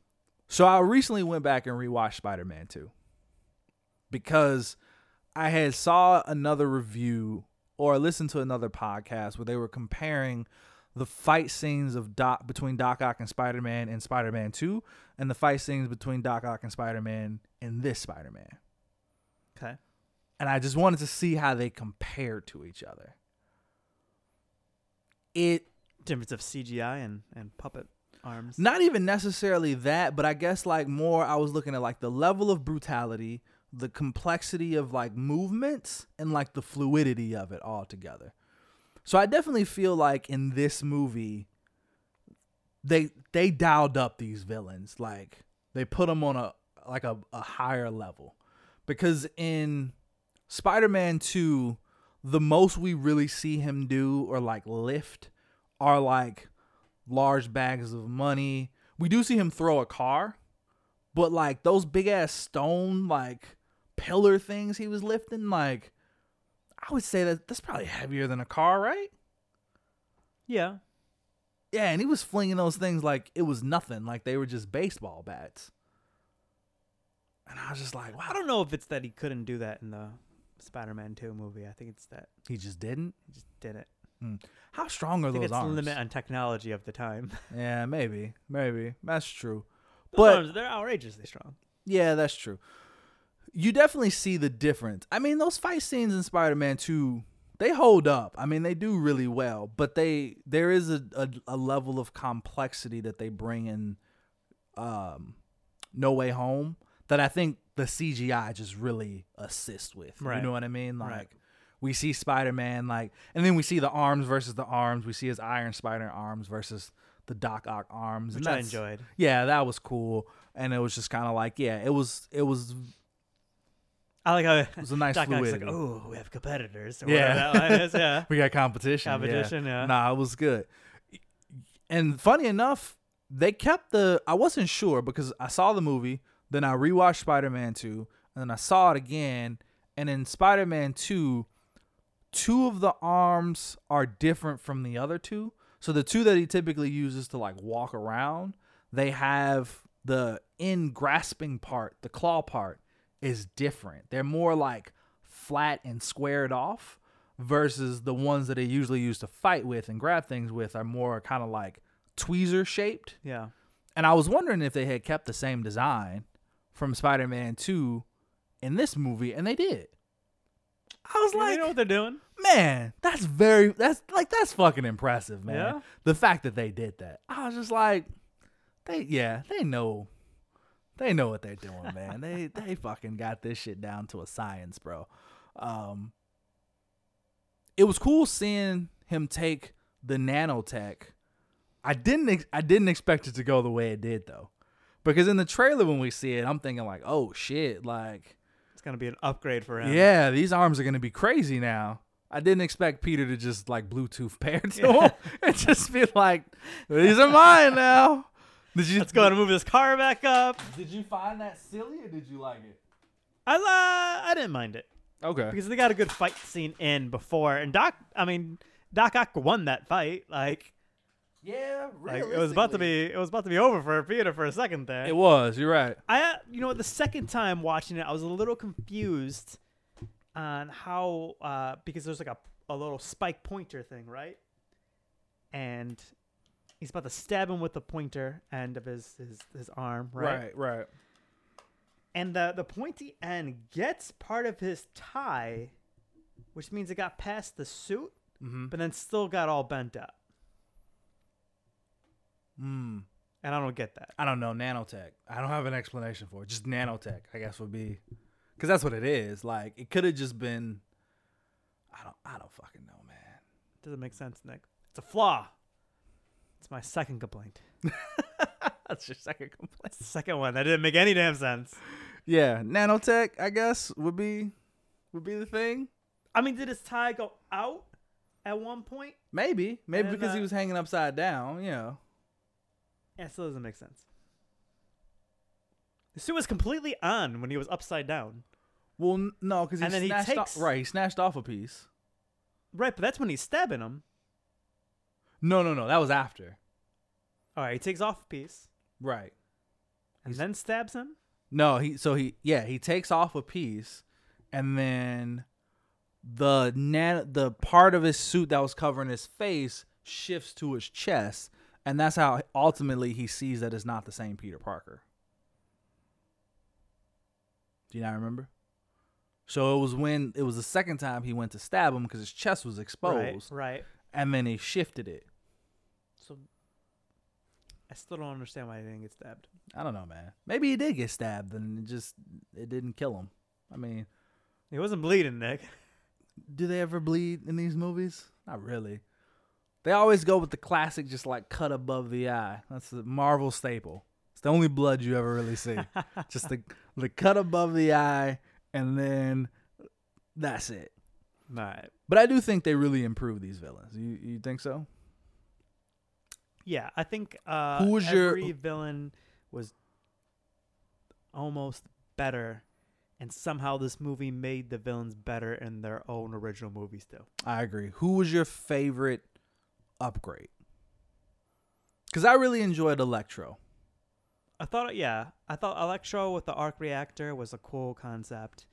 So I recently went back and rewatched Spider Man 2 because I had saw another review or listened to another podcast where they were comparing the fight scenes of Doc between Doc Ock and Spider Man in Spider Man Two, and the fight scenes between Doc Ock and Spider Man in this Spider Man. Okay. And I just wanted to see how they compared to each other. It Difference of CGI and, and puppet arms. Not even necessarily that, but I guess like more I was looking at like the level of brutality, the complexity of like movements and like the fluidity of it all together. So I definitely feel like in this movie they they dialed up these villains. Like they put them on a like a, a higher level. Because in Spider-Man 2, the most we really see him do or like lift are like large bags of money. We do see him throw a car, but like those big ass stone like pillar things he was lifting, like I would say that that's probably heavier than a car, right? Yeah. Yeah, and he was flinging those things like it was nothing, like they were just baseball bats. And I was just like, wow, I don't know if it's that he couldn't do that in the Spider Man 2 movie. I think it's that he just didn't. he just did it. How strong are I think those it's arms? the limit on technology of the time. Yeah, maybe, maybe that's true. Those But- arms, they're outrageously strong. Yeah, that's true. You definitely see the difference. I mean, those fight scenes in Spider-Man 2, they hold up. I mean, they do really well, but they there is a, a, a level of complexity that they bring in um No Way Home that I think the CGI just really assists with. Right. You know what I mean? Like Right. we see Spider-Man like and then we see the arms versus the arms. We see his Iron Spider arms versus the Doc Ock arms. Which and I that's- enjoyed. yeah that was cool and it was just kind of like yeah it was it was I like how was a nice Doc Ock's like, fluidity. oh, we have competitors. Or Yeah. yeah. That line is. yeah. we got competition yeah. Competition, yeah. nah it was good and funny enough they kept the i wasn't sure because i saw the movie then i rewatched spider-man 2 and then i saw it again and in spider-man 2 two of the arms are different from the other two so the two that he typically uses to like walk around they have the in grasping part, the claw part is different. They're more like flat and squared off versus the ones that they usually use to fight with and grab things with are more kind of like tweezer shaped. Yeah. And I was wondering if they had kept the same design from Spider-Man 2 in this movie and they did. I was They like, know what they're doing. man, that's very that's like that's fucking impressive, man. Yeah. The fact that they did that. I was just like, they yeah, they know they know what they're doing, man. they they fucking got this shit down to a science, bro. Um It was cool seeing him take the nanotech. I didn't ex- I didn't expect it to go the way it did though. Because in the trailer when we see it, I'm thinking like, "Oh shit, like It's going to be an upgrade for him. yeah, these arms are gonna be crazy now. I didn't expect Peter to just like Bluetooth pair to Yeah. him and just be like, "These are mine now." Did you? Let's go and move this car back up. Did you find that silly or did you like it? I, uh, I didn't mind it Okay. because they got a good fight scene in before. And Doc, I mean, Doc Ock won that fight. Like, Yeah, like it was about to be, it was about to be over for Peter for a second there. It was. You're right. I, uh, you know, the second time watching it, I was a little confused on how uh, because there's like a a little spike pointer thing, right? And he's about to stab him with the pointer end of his his, his arm, right? Right. Right. And the the pointy end gets part of his tie, which means it got past the suit, Mm-hmm. but then still got all bent up. Mm. And I don't get that. I don't know nanotech. I don't have an explanation for it. Just nanotech, I guess, would be because that's what it is. Like it could have just been. I don't. I don't fucking know, man. Doesn't make sense, Nick. It's a flaw. It's my second complaint. That's your second complaint. That's the second one. That didn't make any damn sense. Yeah, nanotech, I guess, would be would be the thing. I mean, did his tie go out at one point? Maybe, maybe And, because he uh, was hanging upside down. Yeah, Yeah, still doesn't make sense. The suit was completely on when he was upside down. well, n- no, because he And then he snatched takes- off, right. He snatched off a piece. Right, but that's when he's stabbing him. No, no, no, that was after. All right, he takes off a piece Right. and then stabs him. No, he so he yeah he takes off a piece, and then the nan- the part of his suit that was covering his face shifts to his chest, and that's how ultimately he sees that it's not the same Peter Parker. Do you not remember? So it was when it was the second time he went to stab him because his chest was Right, exposed, right. and then he shifted it. So I still don't understand why he didn't get stabbed. I don't know, man. Maybe he did get stabbed and it just it didn't kill him. I mean, He wasn't bleeding, Nick. do they ever bleed in these movies? Not really. They always go with the classic, just like cut above the eye. That's the Marvel staple. It's the only blood you ever really see. just the the cut above the eye, and then that's it. All right. But I do think they really improve these villains. You you think so? Yeah, I think uh, Who was your- every villain was almost better, and somehow this movie made the villains better in their own original movies too. I agree. Who was your favorite upgrade? Because I really enjoyed Electro. I thought, yeah, I thought Electro with the arc reactor was a cool concept.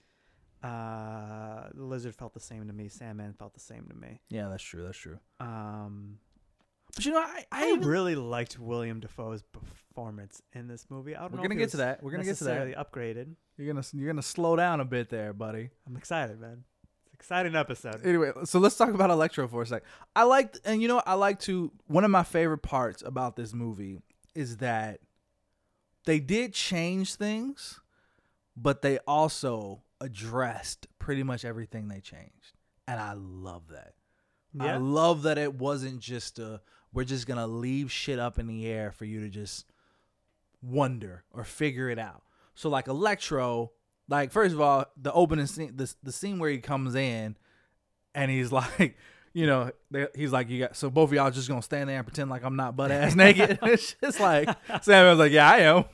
Uh, the lizard felt the same to me. Sandman felt the same to me. Yeah, that's true. That's true. Um, But you know, I I, I even- really liked William Defoe's performance in this movie. I don't we're know gonna if he get to was that. We're gonna get to that. necessarily upgraded. You're gonna you're gonna slow down a bit there, buddy. I'm excited, man. It's an exciting episode. Anyway, so let's talk about Electro for a sec. I liked, and you know, I like to. One of my favorite parts about this movie is that they did change things, but they also addressed pretty much everything they changed, and I love that. I yeah. love that it wasn't just a we're just gonna leave shit up in the air for you to just wonder or figure it out. So like Electro, like first of all, the opening scene, the the scene where he comes in, and he's like, you know, they, he's like, you got so both of y'all just gonna stand there and pretend like I'm not butt ass naked. it's just like Samuel's like, yeah, I am,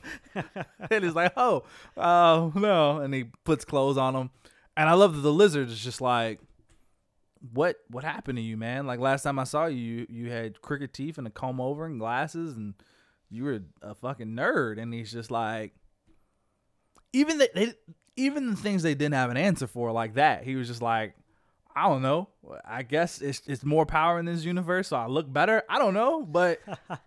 and he's like, oh, oh no, and he puts clothes on him, and I love that the lizard is just like what what happened to you, man? Like last time I saw you, you, you had crooked teeth and a comb over and glasses, and you were a fucking nerd. And he's just like, even the, they, even the things they didn't have an answer for, like that, he was just like, I don't know. I guess it's it's more power in this universe, so I look better. I don't know, but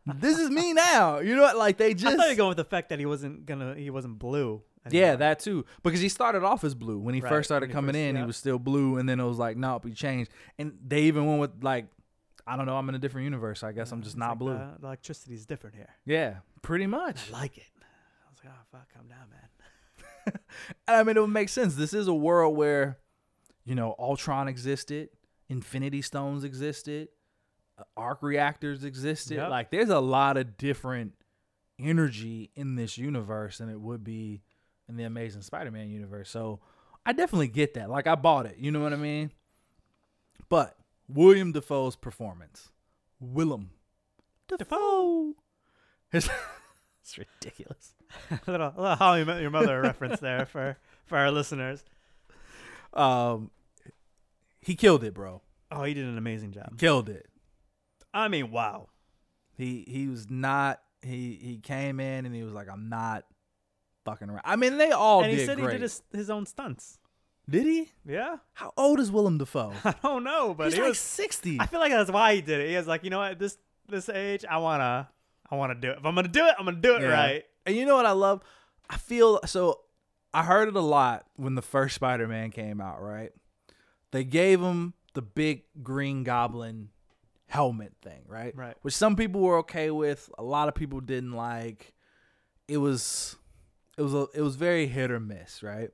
this is me now. You know what? Like they I just thought you were going with the fact that he wasn't gonna, he wasn't blue. yeah, anymore. that too. Because he started off as blue when he Right, first started when he coming first- in, he yeah. was still blue, and then it was like, nope, he changed. And they even went with like, I don't know, I'm in a different universe. I guess I'm just It's not like uh, blue. The, the electricity is different here. Yeah, pretty much. I like it. I was like, oh fuck, calm down, man. And I mean, it would make sense. This is a world where, you know, Ultron existed, Infinity Stones existed, uh, arc reactors existed. Yep. Like, there's a lot of different energy in this universe than it would be in the Amazing Spider Man universe. So I definitely get that. Like, I bought it. You know what I mean? But William Defoe's performance, Willem Defoe. His, it's ridiculous. a little, a little How You Met Your Mother reference there for for our listeners. Um, he killed it, bro. Oh, he did an amazing job. Killed it. I mean, wow. He he was not. He he came in and he was like, "I'm not fucking around." I mean, they all and did he said great. he did his, his own stunts. Did he? Yeah, How old is Willem Dafoe? I don't know, but He's he like was. sixty. I feel like that's why he did it. He was like, you know what, this this age, I wanna, I wanna do it. If I'm gonna do it, I'm gonna do it Yeah. right. And you know what I love? I feel so. I heard it a lot when the first Spider Man came out. Right? They gave him the big Green Goblin helmet thing, right? Right. Which some people were okay with. A lot of people didn't like. It was, it was a, it was very hit or miss, right?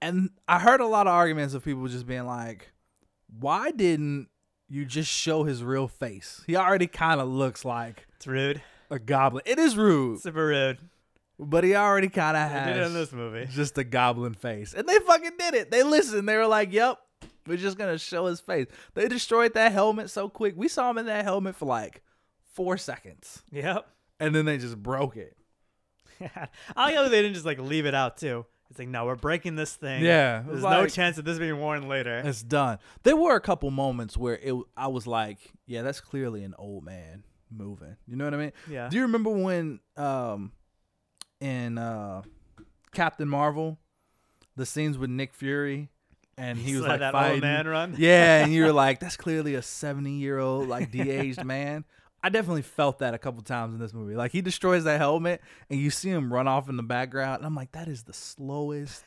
And I heard a lot of arguments of people just being like, "Why didn't you just show his real face? He already kind of looks like It's rude, a goblin. It is rude." super rude. But he already kind of They did it in has this movie. just a goblin face. And they fucking did it. They listened. They were like, yep, we're just going to show his face. They destroyed that helmet so quick. We saw him in that helmet for like four seconds. Yep. And then they just broke it. I like how they didn't just like leave it out too. It's like, no, we're breaking this thing. Yeah, it was There's no like- chance of this being worn later. It's done. There were a couple moments where it, I was like, yeah, that's clearly an old man moving. You know what I mean? Yeah. Do you remember when um in uh Captain Marvel the scenes with Nick Fury, and he So was like that fighting. old man run. Yeah, and you were like, that's clearly a 70 year old, like de-aged man. I definitely felt that a couple times in this movie. Like he destroys that helmet and you see him run off in the background. And I'm like, that is the slowest,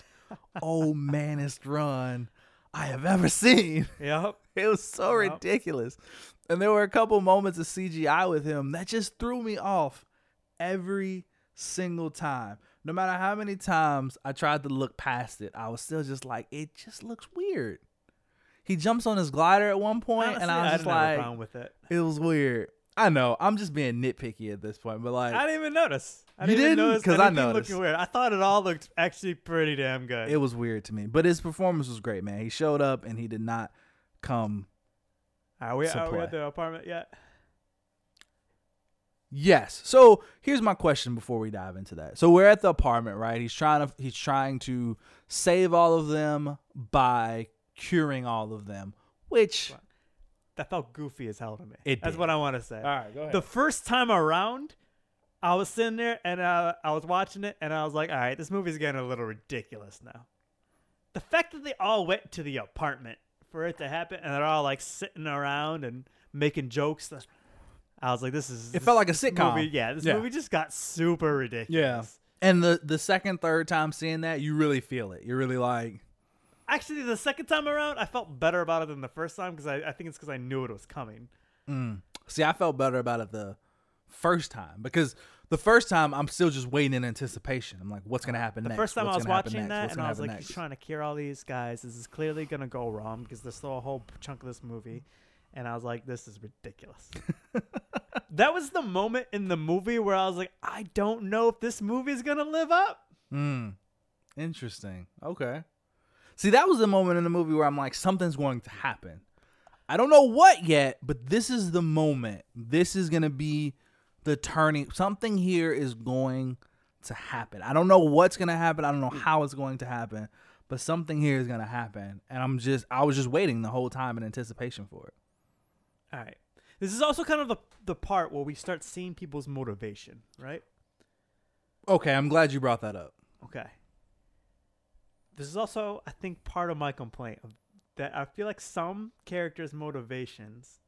old manest run I have ever seen. Yep. It was so Yep. ridiculous. And there were a couple moments of CGI with him that just threw me off every single time. No matter how many times I tried to look past it, I was still just like, it just looks weird. He jumps on his glider at one point, Honestly, and I was didn't just have a like, problem with it. it was weird. I know. I'm just being nitpicky at this point, but like, I didn't even notice. I You didn't even didn't? notice 'Cause I anything noticed. Looking weird. I thought it all looked actually pretty damn good. it was weird to me. But his performance was great, man. He showed up and he did not come. are we, to are we at play. the apartment yet? Yes. So here's my question before we dive into that. So we're at the apartment, right? He's trying to he's trying to save all of them by curing all of them, which That felt goofy as hell to me. It That's did. what I want to say. right, go ahead. the first time around, I was sitting there and uh, I was watching it and I was like, all right, this movie's getting a little ridiculous now. The fact that they all went to the apartment for it to happen and they're all like sitting around and making jokes, I was like, this is. it felt like a sitcom. movie. Yeah, this Yeah. movie just got super ridiculous. And the the second third time seeing that, you really feel it. You're really like, Actually, the second time around, I felt better about it than the first time because I, I think it's because I knew it was coming. see, I felt better about it the first time because the first time I'm still just waiting in anticipation. I'm like, what's gonna happen The next? first time What's I was gonna happen watching next? that, What's and gonna I was happen like, next? "You're trying to cure all these guys. This is clearly gonna go wrong because there's still a whole chunk of this movie." And I was like, "This is ridiculous." that was the moment in the movie where I was like, "I don't know if this movie's gonna live up." Hmm. Interesting. Okay. See, that was the moment in the movie where I'm like, something's going to happen. I don't know what yet, but this is the moment. This is going to be the turning. Something here is going to happen. I don't know what's going to happen. I don't know how it's going to happen, but something here is going to happen. And I'm just, I was just waiting the whole time in anticipation for it. All right. This is also kind of the the part where we start seeing people's motivation, right? Okay. I'm glad you brought that up. Okay. This is also, I think, part of my complaint of that I feel like some characters' motivations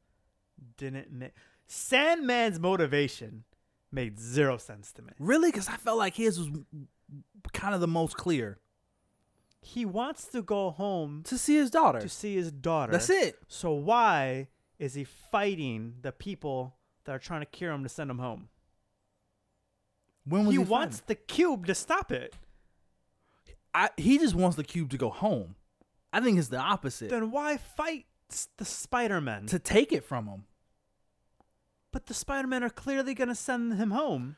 didn't make Sandman's motivation made zero sense to me. Really? Because I felt like his was kind of the most clear He wants to go home to see his daughter. to see his daughter. That's it. So why is he fighting the people that are trying to cure him to send him home? When was He he, wants the cube to stop it. I, he just wants the cube to go home. I think it's the opposite Then why fight s- the Spider-Man? to take it from him. but the Spider-Man are clearly going to send him home.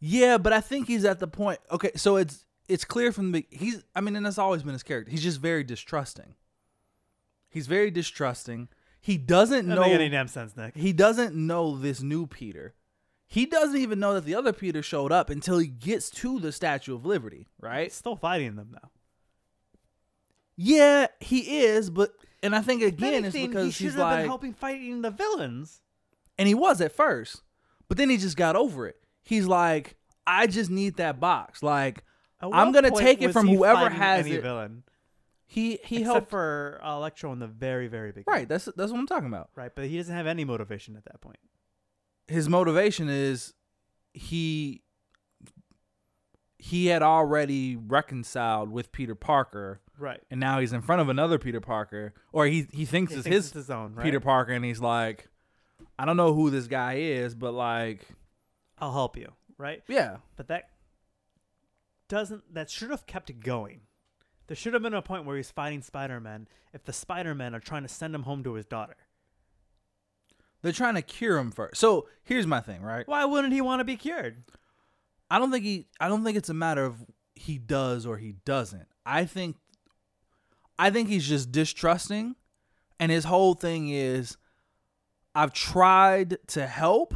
Yeah, but I think he's at the point. Okay, so it's it's clear from the he's. I mean, and that's always been his character. He's just very distrusting. He's very distrusting. He doesn't That know. make any damn sense, Nick. he doesn't know this new Peter. He doesn't even know that the other Peter showed up until he gets to the Statue of Liberty, right? Still fighting them though. Yeah, he is, but and I think again it's because he he's should have like been helping fighting the villains. And he was at first, but then he just got over it. He's like, I just need that box. Like, At I'm what gonna point take it was from he whoever fighting has any it. villain, He he except helped. for uh, Electro in the very, very beginning. right. That's that's what I'm talking about. right. But he doesn't have any motivation at that point. His motivation is he he had already reconciled with Peter Parker, Right. and now he's in front of another Peter Parker, or he he thinks He it's thinks his it's his own. Right? Peter Parker, and he's like, I don't know who this guy is, but like, I'll help you. Right. yeah, But that doesn't. That should have kept going. There should have been a point where he's fighting Spider-Man. If the Spider-Man are trying to send him home to his daughter, they're trying to cure him first. So here's my thing, right? why wouldn't he want to be cured? I don't think he I don't think it's a matter of he does or he doesn't. I think I think he's just distrusting and his whole thing is I've tried to help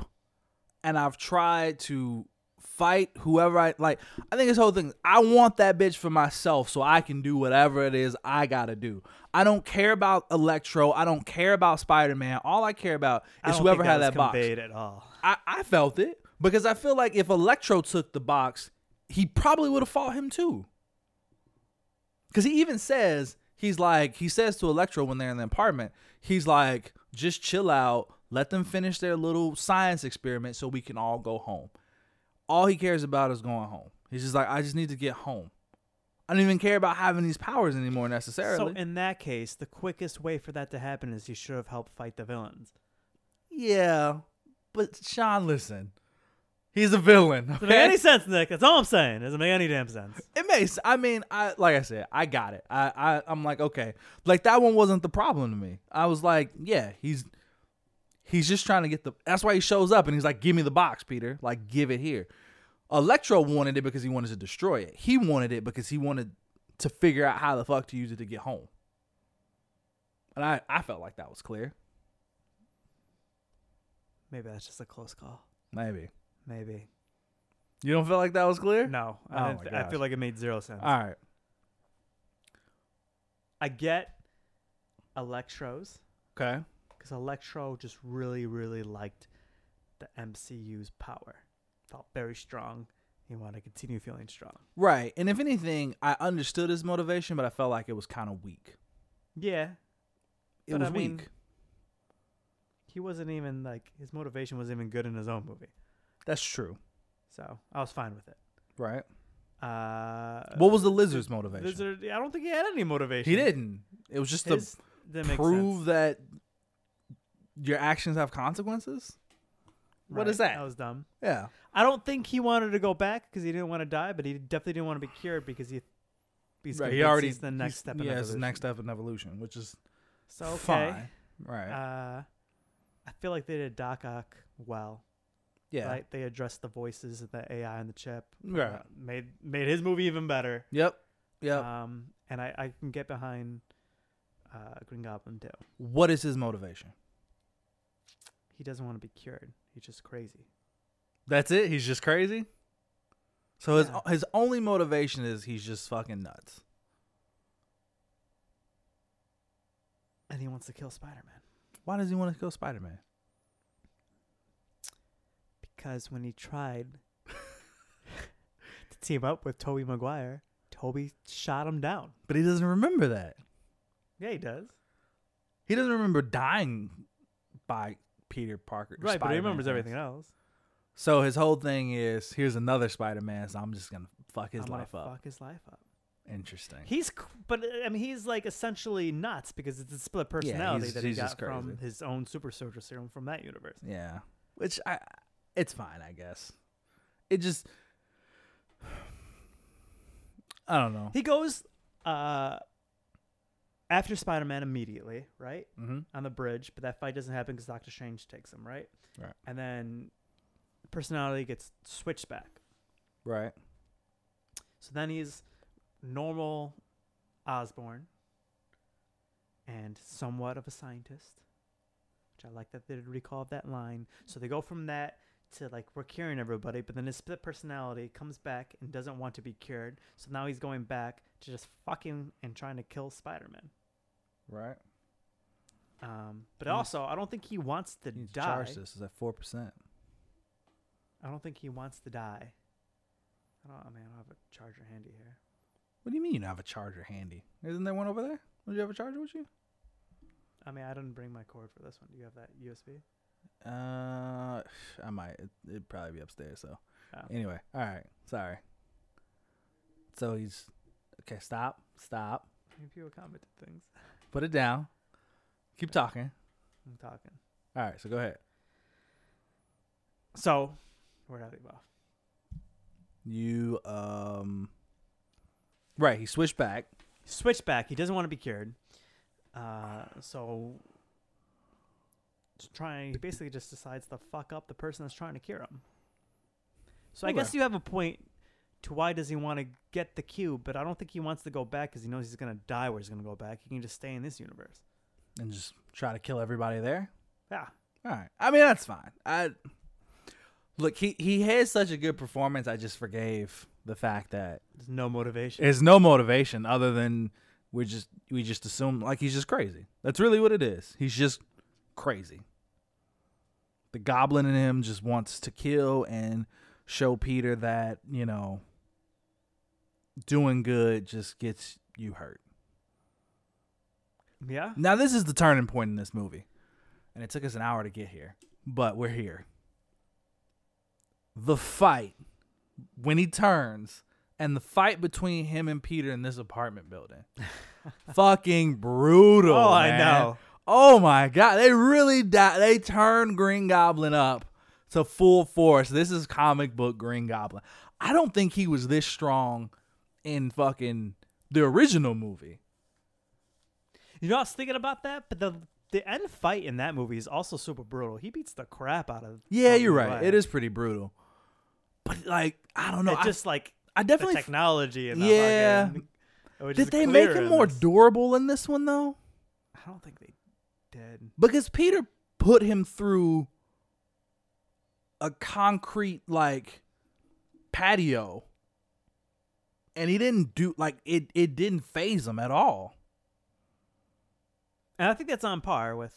and I've tried to fight whoever I like. I think his whole thing I want that bitch for myself so I can do whatever it is I got to do. I don't care about Electro, I don't care about Spider-Man. All I care about I is don't whoever think had was that box. conveyed at all. I, I felt it because I feel like if Electro took the box, he probably would have fought him too. Because he even says, he's like, he says to Electro when they're in the apartment, he's like, just chill out, let them finish their little science experiment so we can all go home. All he cares about is going home. He's just like, I just need to get home. I don't even care about having these powers anymore So necessarily. in that case, the quickest way for that to happen is he should have helped fight the villains. yeah, but Sean, listen, he's a villain. Doesn't make okay? any sense, Nick. That's all I'm saying. Doesn't make any damn sense. It makes. I mean, I like I said, I got it. I, I I'm like okay, like that one wasn't the problem to me. I was like, yeah, he's he's just trying to get the. That's why he shows up and he's like, give me the box, Peter. Like, give it here. Electro wanted it because he wanted to destroy it. He wanted it because he wanted to figure out how the fuck to use it to get home. And I I felt like that was clear. Maybe that's just a close call. Maybe Maybe. you don't feel like that was clear. No, Oh I, didn't my th- I gosh. feel like it made zero sense. All right. I get Electro's Okay. because Electro just really, really liked the MCU's power. Felt very strong. He wanted to continue feeling strong. Right. And if anything, I understood his motivation, but I felt like it was kind of weak. Yeah, It But was I weak. mean- he wasn't even like his motivation wasn't even good in his own movie, That's true, so I was fine with it. right? Uh, What was the lizard's motivation? Lizard, I don't think he had any motivation. he didn't. It was just His to didn't make prove sense. that your actions have consequences. what is that? That was dumb. Yeah, I don't think he wanted to go back because he didn't want to die, but he definitely didn't want to be cured because he he's right. He convinced already he's the next he's- step. in Yeah, it's the evolution. next step in evolution, which is So okay, fine, right? uh, I feel like they did Doc Ock well. yeah, Right? They addressed the voices of the AI and the chip. Right. Uh, made made his movie even better. yep, yep. Um, and I, I can get behind uh, Green Goblin too. what is his motivation? He doesn't want to be cured. He's just crazy. That's it. He's just crazy. So his Yeah. his only motivation is he's just fucking nuts. And he wants to kill Spider Man. Why does he want to kill Spider Man? Because when he tried to team up with Toby Maguire, Toby shot him down. But he doesn't remember that. Yeah, he does. He doesn't remember dying by Peter Parker. Right, but he Spider-Man remembers hands. everything else. So his whole thing is here's another Spider Man, so I'm just gonna fuck his I'm gonna life up. Fuck his life up. Interesting. He's, c- but uh, I mean, he's like essentially nuts because it's a split personality he's- that he he's just got from crazy. his own super soldier serum from that universe. yeah. Which I it's fine, I guess. It just I don't know. He goes uh, after Spider Man immediately, right? mm-hmm. On the bridge, but that fight doesn't happen because Doctor Strange takes him, right? Right. And then personality gets switched back. Right. So then he's normal Osborne and somewhat of a scientist, which I like that they recalled that line. So they go from that to like we're curing everybody, but then his split personality comes back and doesn't want to be cured. So now he's going back to just fucking and trying to kill Spider Man. Right. Um, but Mm. also, I don't think he wants to He's die. charged us is at four percent. I don't think he wants to die. I don't. I mean, I don't have a charger handy here. What do you mean you don't have a charger handy? Isn't there one over there? Don't you have a charger with you? I mean, I didn't bring my cord for this one. Do you have that USB? Uh, I might. It, it'd probably be upstairs. So, Oh. anyway, all right. Sorry. So he's okay. Stop. Stop. Maybe people commented things. Put it down. Keep talking. I'm talking. All right. So go ahead. So, where did I leave off? You um. Right. He switched back. Switchback. He doesn't want to be cured. Uh, so, just trying. He basically just decides to fuck up the person that's trying to cure him. So I Okay. guess you have a point to why does he want to get the cube, but I don't think he wants to go back because he knows he's gonna die where he's gonna go back. He can just stay in this universe. and just try to kill everybody there. Yeah. All right. I mean, that's fine. I look. He he has such a good performance. I just forgave the fact that There's no motivation. There's no motivation other than we're just we just assume like he's just crazy. That's really what it is. He's just crazy. The goblin in him just wants to kill and show Peter that, you know, doing good just gets you hurt. Yeah. Now this is the turning point in this movie. And it took us an hour to get here, but we're here. The fight when he turns and the fight between him and Peter in this apartment building. Fucking brutal. Oh, I man. know. Oh my god, they really di- they turned Green Goblin up to full force. This is comic book Green Goblin. I don't think he was this strong in fucking the original movie. You know, I was thinking about that, but the the end fight in that movie is also super brutal. He beats the crap out of. Yeah, of you're right. Levi. It is pretty brutal. But like, I don't know. It I- just like I the definitely f- technology and Yeah. The fucking- it was did just they make clear him in more this. durable in this one though? I don't think they did. Because Peter put him through a concrete like patio and he didn't do like it it didn't phase him at all. And I think that's on par with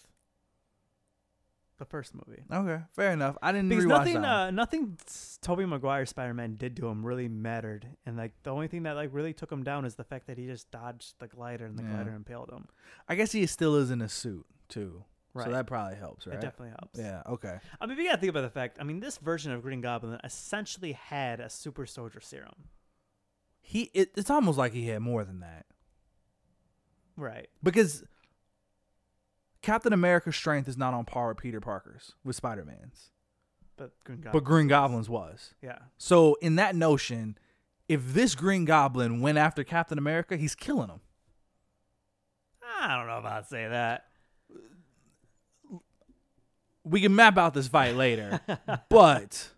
the first movie. Okay, fair enough. I didn't Because rewatch nothing, that. one. uh, nothing Toby Maguire Spider Man did to him really mattered, and like the only thing that like really took him down is the fact that he just dodged the glider and the Yeah. glider impaled him. I guess he still is in a suit too. Right, So that probably helps, right? it definitely helps. yeah, okay. I mean, we gotta think about the fact. I mean, this version of Green Goblin essentially had a super soldier serum, He it, it's almost like he had more than that. right? because Captain America's strength is not on par with Peter Parker's with Spider Man's, But Green Goblin, but Green Goblin's was. yeah, So in that notion, if this Green Goblin went after Captain America, he's killing him. I don't know about say that. We can map out this fight later, but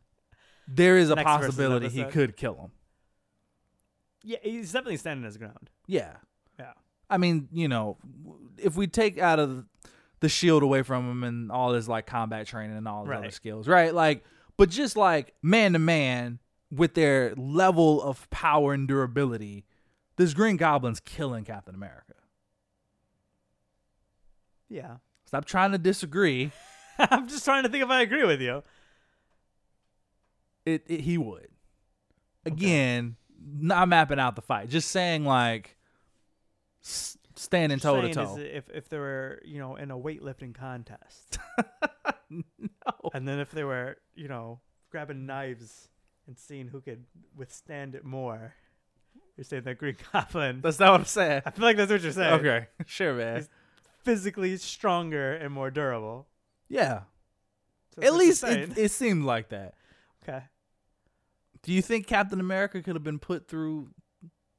there is a Next versus possibility he episode. could kill him. Yeah, he's definitely standing his ground. Yeah, Yeah, I mean, you know, if we take out of the shield away from him and all his like combat training and all his other Right. skills, right? Like, but just like man to man with their level of power and durability, this Green Goblin's killing Captain America. yeah. Stop trying to disagree. I'm just trying to think if I agree with you. It, it he would. Again, not mapping out the fight, just saying like s- standing toe to Saying is toe. If if they were you know in a weightlifting contest, and then if they were you know grabbing knives and seeing who could withstand it more, you're saying that Green Goblin. That's not what I'm saying. I feel like that's what you're saying. Okay, sure, man. He's- physically stronger and more durable. Yeah, At So that's what you're least saying. it, it seemed like that. okay. Do you think Captain America could have been put through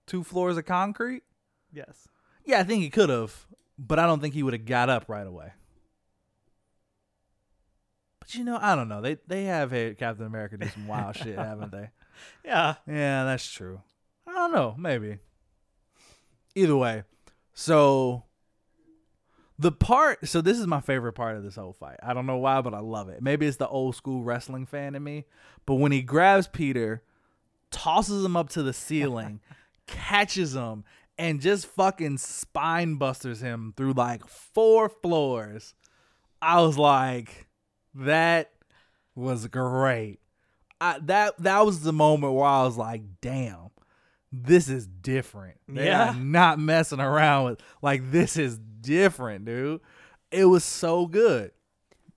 two floors of concrete? Yes. Yeah, I think he could have, but I don't think he would have got up right away. But you know, I don't know. They they have had Captain America do some wild shit, haven't they? Yeah. Yeah, that's true. I don't know, maybe. Either way, so the part so this is my favorite part of this whole fight. I don't know why, but I love it. Maybe it's the old school wrestling fan in me, but when he grabs Peter, tosses him up to the ceiling, catches him and just fucking spine busters him through like four floors. I was like that was great. I that that was the moment where I was like, damn, this is different. They Yeah. are not messing around with like this is different, dude. It was so good.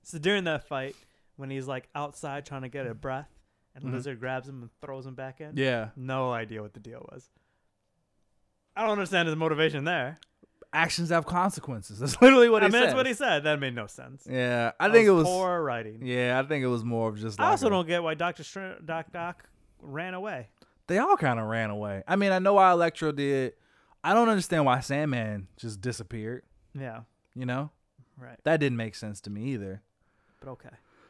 So during that fight, when he's like outside trying to get a breath, and Mm-hmm. Lizard grabs him and throws him back in. Yeah. No idea what the deal was. I don't understand his motivation there. Actions have consequences. That's literally what I he mean, said. that's what he said. That made no sense. yeah, I That think it was. poor writing. Yeah, I think it was more of just. Like I also a- don't get why Doctor Str- Doc Doc ran away. They all kind of ran away. I mean, I know why Electro did. I don't understand why Sandman just disappeared. Yeah. You know, Right. that didn't make sense to me either. But okay.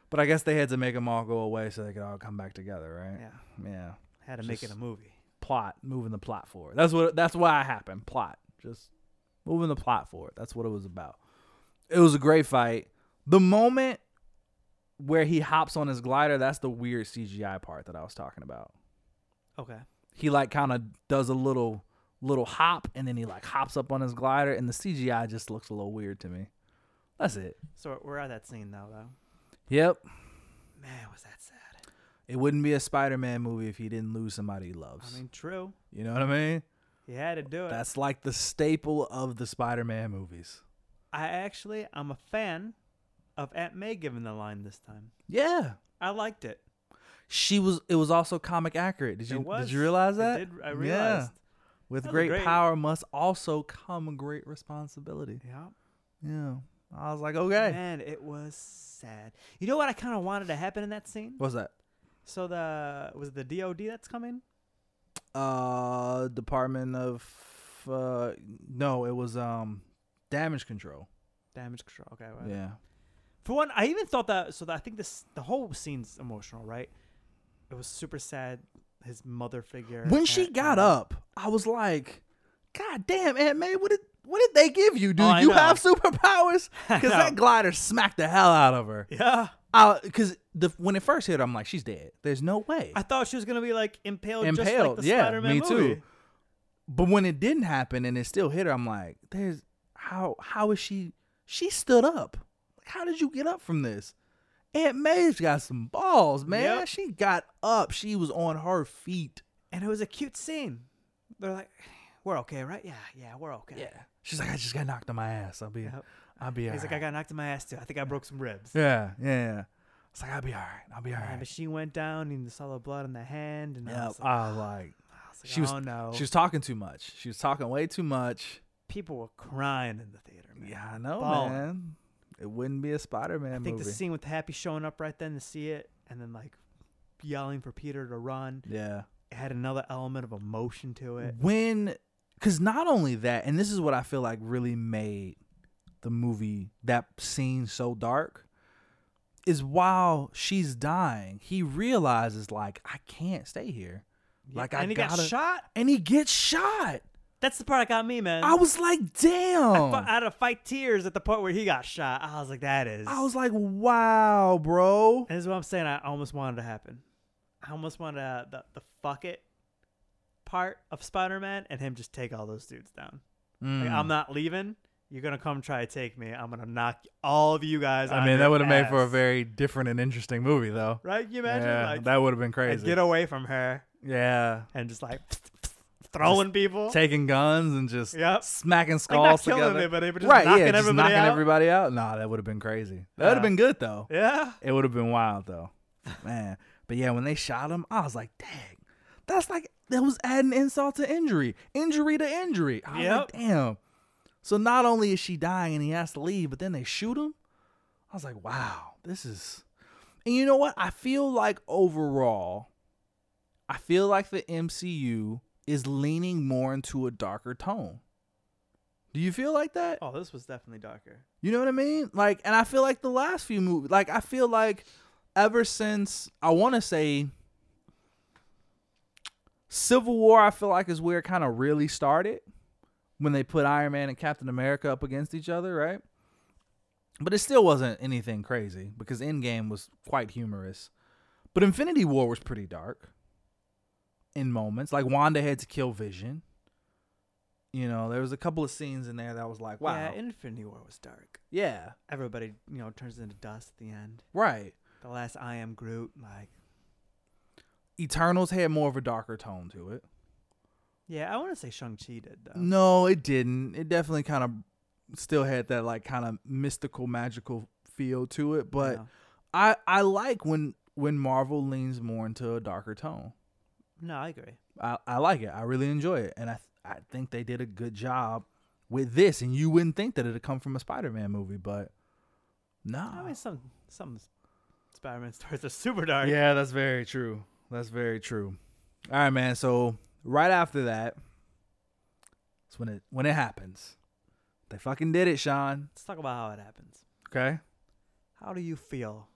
But I guess they had to make them all go away so they could all come back together, right? Yeah. Yeah. Had to make it Just- a movie. Plot, moving the plot forward. That's what that's why it happened. Plot. Just moving the plot forward. That's what it was about. It was a great fight. The moment where he hops on his glider, that's the weird CGI part that I was talking about. Okay. He like kind of does a little little hop and then he like hops up on his glider and the CGI just looks a little weird to me. That's it. So we're at that scene now, though. Yep. Man, was that sad. It wouldn't be a Spider-Man movie if he didn't lose somebody he loves. I mean, true. You know what I mean? He had to do it. That's like the staple of the Spider-Man movies. I actually, I'm a fan of Aunt May giving the line this time. Yeah. I liked it. She was it was also comic accurate. Did you it was. did you realize I that? did, I realized. With That was great, great. power must also come great responsibility. Yeah. Yeah. I was like, okay. Man, it was sad. You know what I kind of wanted to happen in that scene? What's that? So the was it the DOD that's coming? Uh Department of uh no, it was um damage control. Damage control. Okay. Well. Yeah. For one, I even thought that. So that I think this the whole scene's emotional, right? It was super sad. His mother figure. When she Aunt got May. up, I was like, God damn, Aunt May, what did what did they give you? Do Oh, I you know. have superpowers? I Because that know. glider smacked the hell out of her. Yeah. Because the when it first hit, her, I'm like, she's dead. There's no way. I thought she was gonna be like impaled, Oh, just like Impaled, the yeah, Spider-Man me movie. too. But when it didn't happen and it still hit her, I'm like, there's how how is she? She stood up. Like, how did you get up from this? Aunt May's got some balls, man. Yep. She got up. She was on her feet. And it was a cute scene. They're like, "We're okay, right? Yeah, yeah, we're okay." She's like, I just got knocked on my ass. I'll be, Yep. I'll be. He's like, alright." "I got knocked in my ass too. I think I broke some ribs." Yeah, yeah, yeah. It's like I'll be all right. I'll be all Yeah, but right. she went down and saw the blood on the hand, and I Yeah, was like, I was like, I was like, she was "Oh no!" she was talking too much. She was talking way too much. People were crying in the theater. Man. Yeah, I know, Ballin'. man. It wouldn't be a Spider-Man I think movie. the scene with Happy showing up right then to see it, and then like yelling for Peter to run, yeah. it had another element of emotion to it. When, because not only that, and this is what I feel like really made the movie that scene so dark is while she's dying, he realizes like I can't stay here, like I and he gotta, got shot. and he gets shot. That's the part that got me, man. I was like, damn. I fu- I had to fight tears at the point where he got shot. I was like, that is. I was like, wow, bro. And this is what I'm saying. I almost wanted to happen. I almost wanted to, the the fuck it part of Spider-Man and him just take all those dudes down. Like, Mm. Hmm. I'm not leaving. You're gonna come try to take me. I'm gonna knock all of you guys. I on mean, your that would have made for a ass. very different and interesting movie, though. right. Can You imagine yeah, like that would have been and crazy. get away from her yeah, and just like throwing people. taking guns and just Yep. smacking Like not skulls killing together. anybody, but just right? knocking yeah, just everybody knocking out. everybody out. Nah, that would have been crazy. That would Yeah. have been good though. Yeah. It would have been wild though, man. But yeah, when they shot him, I was like, dang, that's like that was adding insult to injury, injury to injury. I was Yep. like, damn. So not only is she dying and he has to leave, but then they shoot him. I was like, wow, this is. And you know what? I feel like overall, I feel like the MCU is leaning more into a darker tone. Do you feel like that? Oh, this was definitely darker. You know what I mean? Like, and I feel like the last few movies, like, I feel like ever since I want to say Civil War, I feel like is where it kind of really started when they put Iron Man and Captain America up against each other, right? But it still wasn't anything crazy because Endgame was quite humorous. But Infinity War was pretty dark in moments. Like, Wanda had to kill Vision. You know, there was a couple of scenes in there that was like, wow. Yeah, Infinity War was dark. yeah. Everybody, you know, turns into dust at the end. Right. The last I am Groot, like. Eternals had more of a darker tone to it. Yeah, I want to say Shang Chi did though. No, it didn't. It definitely kind of still had that like kind of mystical, magical feel to it. But no. I I like when when Marvel leans more into a darker tone. no, I agree. I I like it. I really enjoy it, and I I think they did a good job with this. And you wouldn't think that it'd come from a Spider-Man movie, but no. I mean, some some Spider-Man stories are super dark. Yeah, that's very true. That's very true. All right, man. So right after that, it's when it when it happens. They fucking did it, Sean. Let's talk about how it happens. Okay. How do you feel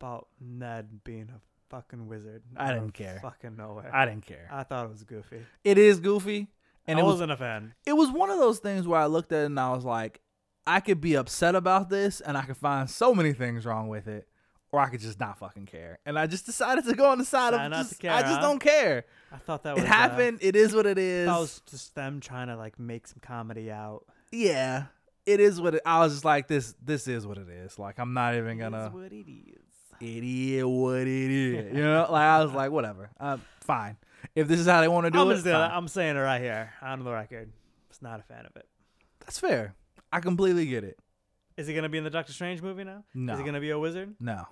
about Ned being a fucking wizard? I out didn't of care. Fucking nowhere. I, I didn't care. thought it was goofy, It is goofy, and and I it was wasn't a fan. it was one of those things where I looked at it and I was like, I could be upset about this, and I could find so many things wrong with it, or I could just not fucking care. And I just decided to go on the side Try of not just, to care, I just huh? don't care. I thought that It was uh, happened. it is what it I is. thought it was just them trying to like make some comedy out. yeah it is what it, i was just like this this is what it is like i'm not even It's gonna what it is. idiot what it is you know like i was like whatever uh, fine if this is how they want to do I'm, it, just gonna- fine. I'm saying it right here on the record. Just not a fan of it. that's fair. I completely get it. Is he gonna be in the Doctor Strange movie now? No, Is he gonna be a wizard? no.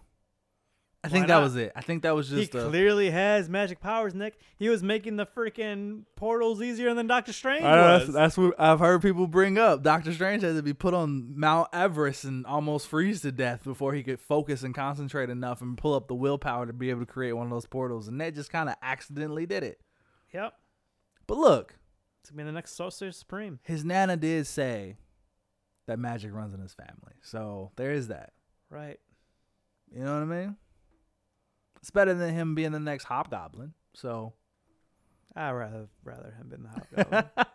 I Why think that not? was it. I think that was He just a, clearly has magic powers, Nick. He was making the freaking portals easier than Doctor Strange I know, that's, was. that's what I've heard people bring up. Doctor Strange had to be put on Mount Everest and almost freeze to death before he could focus and concentrate enough and pull up the willpower to be able to create one of those portals. And that just kind of accidentally did it. yep. But look, It's gonna be the next Sorcerer Supreme. his nana did say that magic runs in his family. So there is that. Right. You know what I mean? It's better than him being the next hobgoblin. So, I'd rather rather him been the Hobgoblin.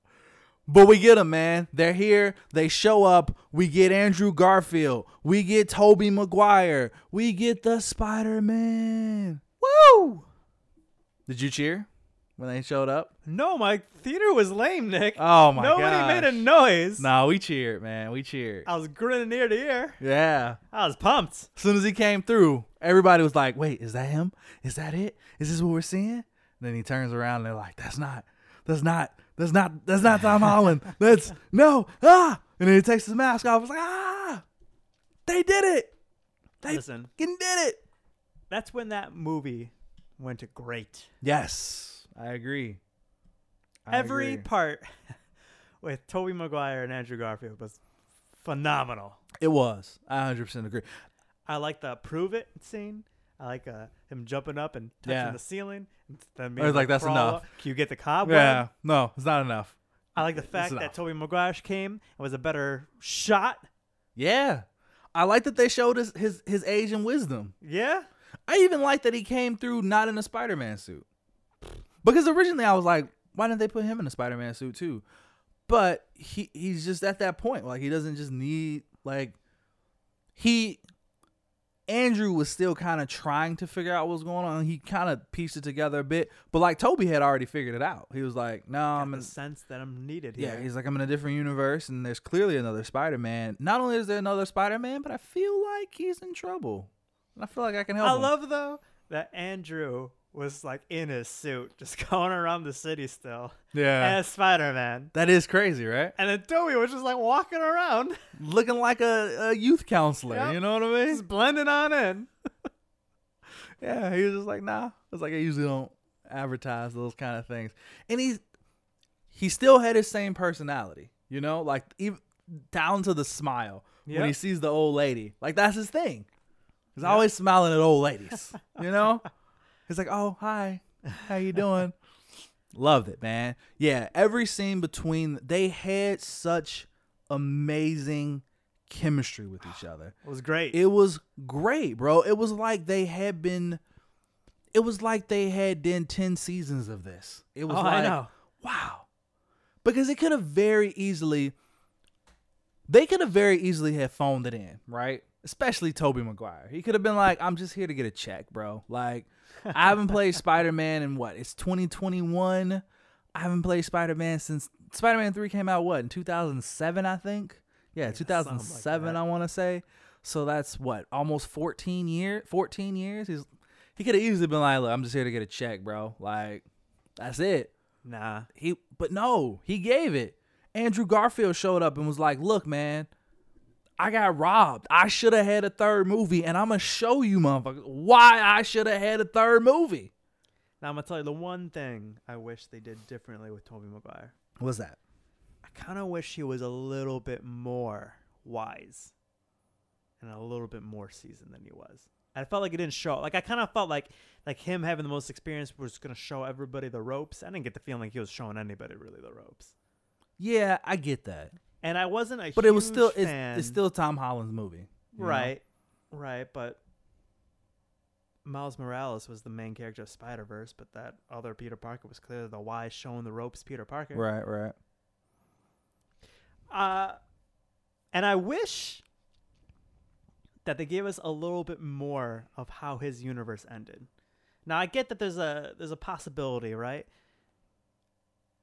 but we get him, man. They're here. They show up. We get Andrew Garfield. We get Toby Maguire. We get the Spider Man. Woo! Did you cheer when they showed up? no, my theater was lame, Nick. Oh my god! Nobody made a Oh. noise. Nah, we cheered, man. We cheered. I was grinning ear to ear. Yeah. I was pumped. As soon as he came through, everybody was like, "Wait, is that him? Is that it? Is this what we're seeing?" And then he turns around and they're like, "That's not. That's not. That's not. That's not Tom Holland. That's no. Ah!" And then he takes his mask off. I was like, "Ah! They did it. They Listen, fucking did it." that's when that movie went to great. Yes, I agree. I Every agree. part with Toby Maguire and Andrew Garfield was phenomenal. it was. I 100 percent agree. I like the prove it scene. I like uh, him jumping up and touching Yeah. the ceiling. And then was like, "That's crawl enough." up. Can you get the cobweb? Yeah. No, it's not enough. I like the fact enough. that Toby Maguire came and was a better shot. Yeah. I like that they showed his his, his age and wisdom. Yeah. I even like that he came through not in a Spider Man suit. Because originally I was like, why didn't they put him in a Spider Man suit too? But he he's just at that point. Like he doesn't just need like he Andrew was still kind of trying to figure out what was going on. He kind of pieced it together a bit, but like Toby had already figured it out. He was like, "No, i I'm in, the sense that I'm needed yeah." here. He's like, "I'm in a different universe, and there's clearly another Spider-Man. Not only is there another Spider-Man, but I feel like he's in trouble, and I feel like I can help." I him. love though that Andrew was like in his suit, just going around the city still yeah. as Spider Man. That is crazy, right? And then Toby was just like walking around, Looking like a, a youth counselor. Yep. You know what I mean? just blending on in. Yeah, he was just like, nah. It's like I usually don't advertise those kind of things. And he's he still had his same personality, you know, like even down to the smile when he Yep. sees the old lady. Like that's his thing. He's Yep. always smiling at old ladies, you know. He's like, oh hi, how you doing? Loved it, man. Yeah, every scene between they had such amazing chemistry with each other. It was great. It was great, bro. It was like they had been. It was like they had done ten seasons of this. It was Oh, like I know. wow, because it could have very easily. They could have very easily have phoned it in, right? Especially Toby Maguire. He could have been like, "I'm just here to get a check, bro. Like, I haven't played Spider Man in what? It's 2021. I haven't played Spider Man since Spider Man 3 came out, what, in 2007, I think? Yeah, something like 2007, that. I want to say. So that's what, almost 14 year, 14 years? He's, he could have easily been like, look, I'm just here to get a check, bro. Like, that's it. nah. He, but no, he gave it. Andrew Garfield showed up and was like, look, man, I got robbed. I should have had a third movie, and I'm going to show you, motherfuckers, why I should have had a third movie. Now I'm gonna tell you the one thing I wish they did differently with Toby Maguire. What's that? I kind of wish he was a little bit more wise and a little bit more seasoned than he was. I felt like it didn't show. Like I kind of felt like like him having the most experience was gonna show everybody the ropes. I didn't get the feeling like he was showing anybody really the ropes. Yeah, I get that. And I wasn't a But it was huge still it's, fan. it's still Tom Holland's movie. you know? right, right. But Miles Morales was the main character of Spider Verse, but that other Peter Parker was clearly the wise, showing the ropes Peter Parker. Right, right. Uh, and I wish that they gave us a little bit more of how his universe ended. Now I get that there's a there's a possibility, right?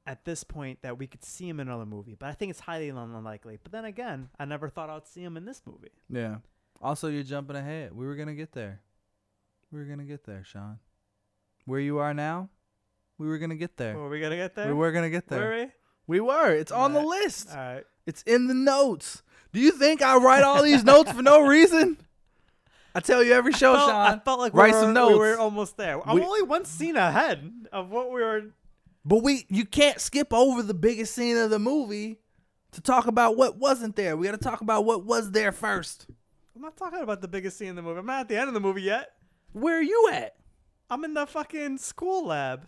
At this point, that we could see him in another movie, but I think it's highly un- unlikely. But then again, I never thought I'd see him in this movie. Yeah. Also you're jumping ahead. We were gonna get there. We were gonna get there, Sean. Where you are now? We were gonna get there. Were we gonna get there? We were gonna get there. Were we? were. It's on the Alright. list. we? All right. It's in the notes. Do you think I write all these notes for no reason? I tell you every show, felt- Sean. I felt like write we, were, some notes. we were almost there. I'm We- only one scene ahead of what we were. But we you can't skip over the biggest scene of the movie to talk about what wasn't there. We got to talk about what was there first. I'm not talking about the biggest scene in the movie. I'm not at the end of the movie yet. Where are you at? I'm in the fucking school lab.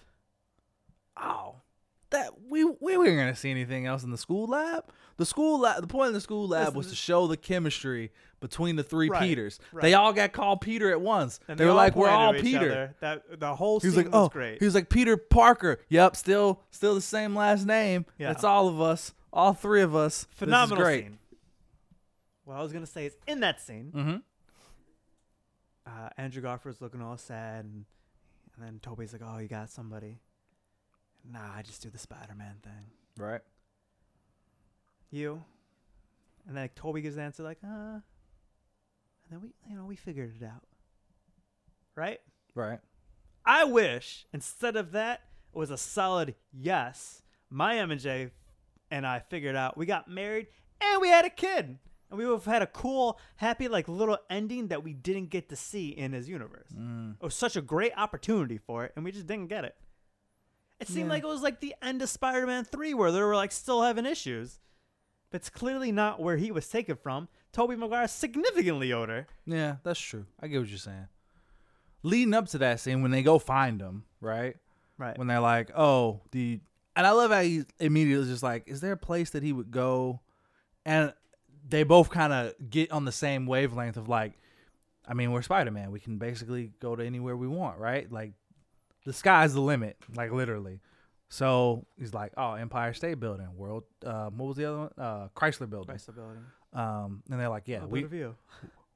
Oh, that we we weren't gonna see anything else in the school lab. The school lab. The point of the school lab Listen, was to th- show the chemistry between the three Right, Peters. They right. all got called Peter at once. And they, were all like, "We're pointed all at each Peter." other. That the whole He was scene like, was "Oh," great. he was like, "Peter Parker." Yep, still still the same last name. Yeah. That's all of us. All three of us. Phenomenal this is great. scene. What I was gonna say is in that scene, Mhm. uh, Andrew Garfield's looking all sad, and, and then Toby's like, "Oh, you got somebody." Nah, I just do the Spider-Man thing. Right. You, and then like, Toby gives the answer like, "Uh," and then we, you know, we figured it out, right? Right. I wish instead of that it was a solid yes. My M and J and I figured out we got married and we had a kid. And we would have had a cool, happy, like little ending that we didn't get to see in his universe. Mm. It was such a great opportunity for it, and we just didn't get it. It seemed Yeah. like it was like the end of Spider Man 3 where they were like still having issues. But it's clearly not where he was taken from. Toby Maguire's significantly older. Yeah, that's true. I get what you're saying. Leading up to that scene, when they go find him, right? Right. When they're like, "Oh, the," and I love how he immediately was just like, "Is there a place that he would go?" And they both kind of get on the same wavelength of like, I mean, we're Spider Man. We can basically go to anywhere we want, right? Like, the sky's the limit, like literally. So he's like, "Oh, Empire State Building, World, uh, what was the other one? Uh, Chrysler Building." Um, and they're like, "Yeah, Oh, we good of you.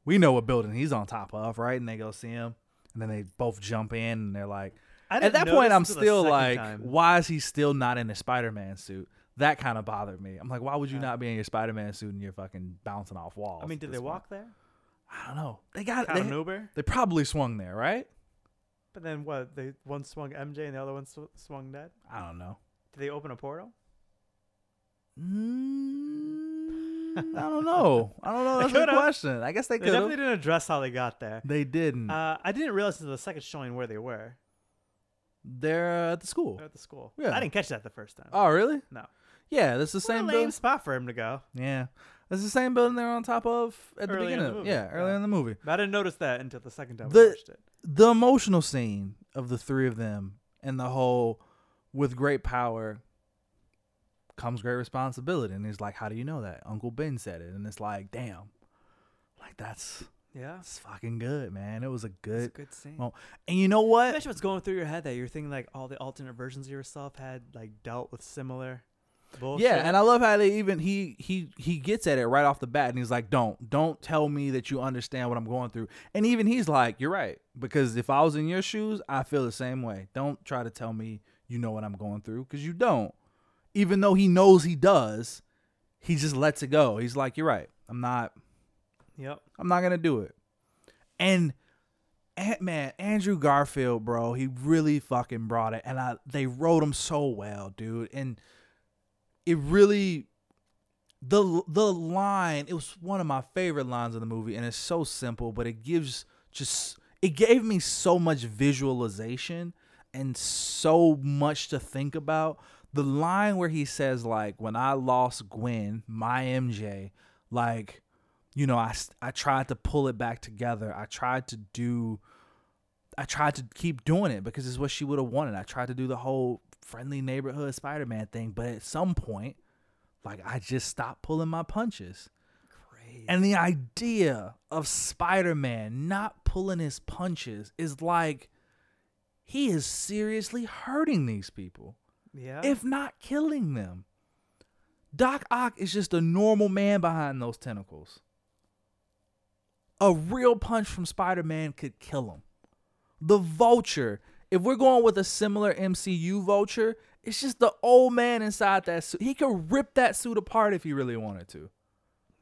we know what building he's on top of, right? And they go see him, and then they both jump in, and they're like, I at didn't that notice point, I'm until the still second like, time. why is he still not in a Spider-Man suit? That kind of bothered me. I'm like, why would you Yeah. not be in your Spider-Man suit and you're fucking bouncing off walls? I mean, at did this they point? walk there? I don't know. They got Caught they, an Uber? they probably swung there, right? But then what? They one swung MJ and the other one sw- swung Ned. I don't know. Did they open a portal? Mm, I don't know. I don't know. They That's a good could've. question. I guess they Hmm. They could. definitely have. didn't address how they got there. They didn't. Uh, I didn't realize until the second showing where they were They're at the school. They're at the school. Yeah. I didn't catch that the first time. Oh, really? uh, No. Yeah, that's the What a same lame building. spot for him to go. Yeah. It's the same building they're on top of at the Early in beginning. the of, movie. yeah, earlier Yeah. in the movie. But I didn't notice that until the second time The- we watched it. The emotional scene of the three of them and the whole with great power comes great responsibility. And he's like, How do you know that? Uncle Ben said it. And it's like, damn. Like that's Yeah, that's fucking good, man. It was a it's a good good scene. moment. And you know what? Imagine what's going through your head that you're thinking like all the alternate versions of yourself had like dealt with similar bullshit. Yeah, and I love how they even he he he gets at it right off the bat, and he's like, "Don't don't tell me that you understand what I'm going through." And even he's like, "You're right," because if I was in your shoes, I feel the same way. Don't try to tell me you know what I'm going through because you don't. Even though he knows he does, he just lets it go. He's like, "You're right. I'm not. yep. I'm not gonna do it." And Ant Man, Andrew Garfield, bro, he really fucking brought it, and I they wrote him so well, dude, and it really the the line it was one of my favorite lines in the movie, and it's so simple, but it gives just it gave me so much visualization and so much to think about. The line where he says like, "When I lost Gwen, my MJ, like." you know, I, s- I tried to pull it back together. I tried to do, I tried to keep doing it because it's what she would have wanted. I tried to do the whole friendly neighborhood Spider Man thing, but at some point, like, I just stopped pulling my punches. Crazy. And the idea of Spider Man not pulling his punches is like, he is seriously hurting these people yeah. if not killing them. Doc Ock is just a normal man behind those tentacles. A real punch from Spider Man could kill him. The vulture, if we're going with a similar MCU vulture, it's just the old man inside that suit. He could rip that suit apart if he really wanted to,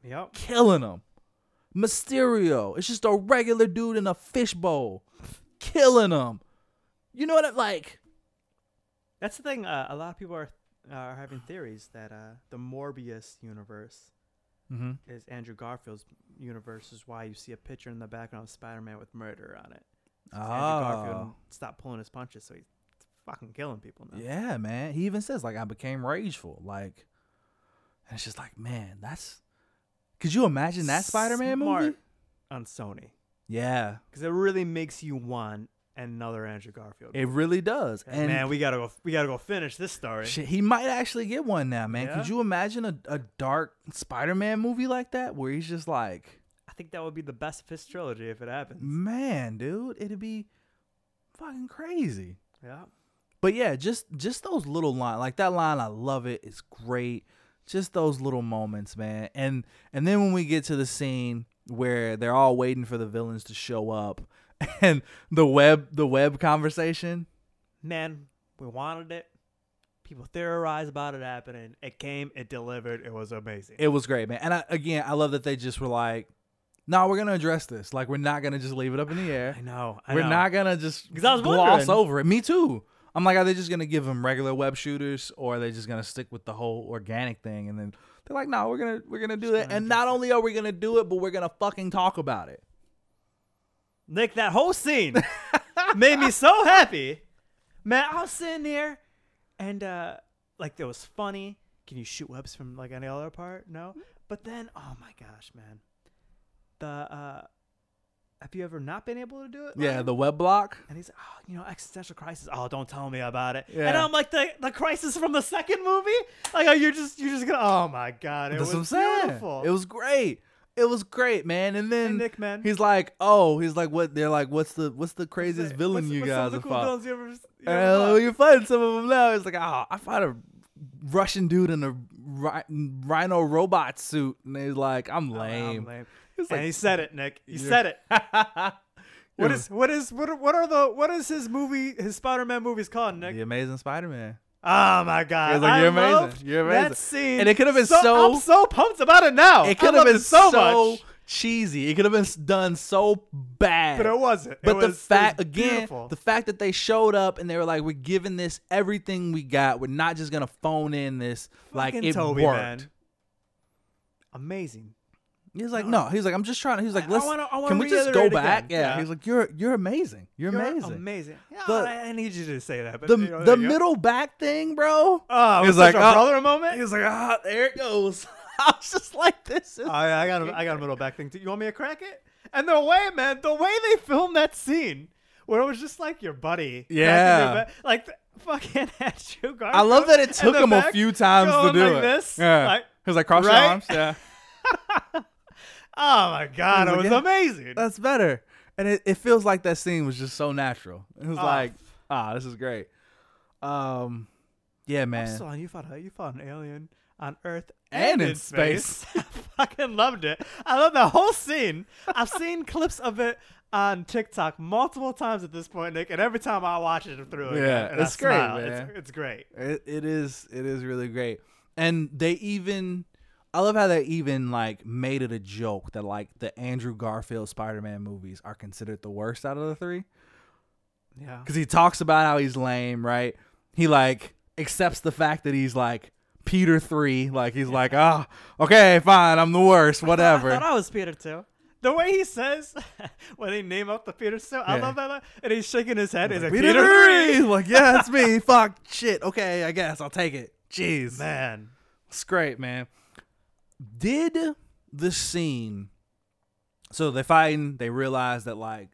yep. killing him. Mysterio, it's just a regular dude in a fishbowl, killing him. You know what I'm like? That's the thing. Uh, a lot of people are are having theories that uh, the Morbius universe Mm-hmm. is Andrew Garfield's universe, is why you see a picture in the background of Spider Man with murder on it. 'Cause Andrew Garfield Oh, stopped pulling his punches, so he's fucking killing people now. yeah, man. He even says like I became rageful, like, and it's just like, man, that's. Could you imagine that Spider-Man movie? Smart on Sony Yeah, because it really makes you want another Andrew Garfield. it really does. And And man, we gotta go. We gotta go finish this story. Shit, he might actually get one now, man. Could Yeah? you imagine a, a dark Spider-Man movie like that where he's just like, I think that would be the best of his trilogy if it happens. man, dude, it'd be fucking crazy. Yeah. But yeah, just just those little line, like that line, I love it. It's great. Just those little moments, man. And and then when we get to the scene where they're all waiting for the villains to show up, and the web the web conversation, man, we wanted it. People theorized about it happening. It came, it delivered, it was amazing. it was great, man. And I, again, I love that they just were like, "No, we're gonna address this. Like, we're not gonna just leave it up in the air." I know. I We're know. not gonna just 'Cause I was gloss wondering. over it. Me too. I'm like, are they just gonna give them regular web shooters, or are they just gonna stick with the whole organic thing? And then they're like, no, we're gonna we're gonna do it. gonna And not only are we gonna do it, but we're gonna fucking talk about it. Nick, that whole scene made me so happy. Man, I was sitting there and uh like it was funny. Can you shoot webs from like any other part? No. But then oh my gosh, man. The uh have you ever not been able to do it? Yeah, Ryan? the web block. And he's, oh, you know, existential crisis. Oh, don't tell me about it. And Yeah. I'm like, the, the crisis from the second movie. Like, oh, you're just, you're just gonna. Oh my god, it That's what I'm was saying. beautiful. It was great. It was great, man. And then And Nick, man. he's like, oh, he's like, what? They're like, what's the what's the craziest What's- villain what's you some guys of the have cool fought? villains you ever- you And ever oh, fought? you're fighting some of them now. It's like, ah, I fought a Russian dude in a ri- rhino robot suit, and he's like, I'm Oh, I'm lame. lame. It's and like- he said it, Nick. He Yeah. said it. What Yeah. is, what is, what are, what are the, what is his movie, his Spider-Man movies called, Nick? the Amazing Spider-Man? Oh my god, It was like, I "You're amazing. loved You're amazing." That scene, And it could've been so- I'm so pumped about it now. Oh, I It could have loved been so, much, cheesy. It could have been s- done so bad. but it wasn't. But it the was, it fact was again, beautiful. the fact that they showed up and they were like, "We're giving this everything we got. We're not just gonna phone in this." Like Fucking it Toby, worked. man. Amazing. He's like, no. He's like, I'm just trying. He's like, I- I let's. wanna- I wanna can we just go reiterate back? again. Yeah. Yeah. He's like, you're you're amazing. You're, You're amazing. Amazing. Yeah, The- I, I need you to say that. But The you know, the there you go. middle back thing, bro. He Oh, it was was like, like oh. a brother moment. He's like, ah, there it goes. I was just like, this is. I, I got a, I got a middle back thing. too. You want me to crack it? And the way, man, the way they filmed that scene where it was just like your buddy. cracking your Yeah. back- like the fucking Andrew Garfield. I love that it in took the him a back few times to going do like it. This. Yeah. Like, He's like, cross your Right? arms. Yeah. oh my He's god, it like, was yeah. amazing. That's better. And it, it feels like that scene was just so natural. It was Oh. like, ah, this is great. Um, yeah, man. So on, you found her. You found an alien on Earth And in I fucking loved it. I love the whole scene. I've seen clips of it on TikTok multiple times at this point, Nick, and every time I watch it through, again, Yeah, and I it's great, smile. man. It's, it's great. It, it is it is really great. And they even I love how they even like made it a joke that like the Andrew Garfield Spider-Man movies are considered the worst out of the three Yeah, cuz he talks about how he's lame, right? He like accepts the fact that he's like Peter 3, like he's like, "Ah, okay, fine, I'm the worst, whatever." I thought I was Peter too. The way he says when they name up the Peter too, I Yeah. love that. And he's shaking his head. He's like, Peter, Peter, three. three, Like, yeah, it's me. Fuck, shit. Okay, I guess I'll take it. Jeez, man. it's great, man. Did the scene? So they fighting. They realize that like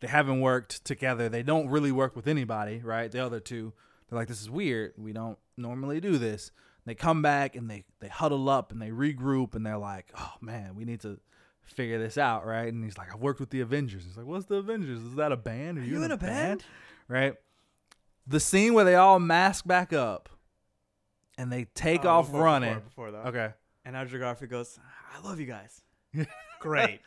they haven't worked together. They don't really work with anybody, right? The other two, they're like, this is weird. We don't normally do this. They come back and they they huddle up and they regroup and they're like, oh man, we need to figure this out, right? And he's like, I've worked with the Avengers. He's like, what's the Avengers? Is that a band? Are, you, in a band? Right. The scene where they all mask back up and they take Oh, off before- running. Before, before that. Okay. And Andrew Garfield goes, I love you guys. Great.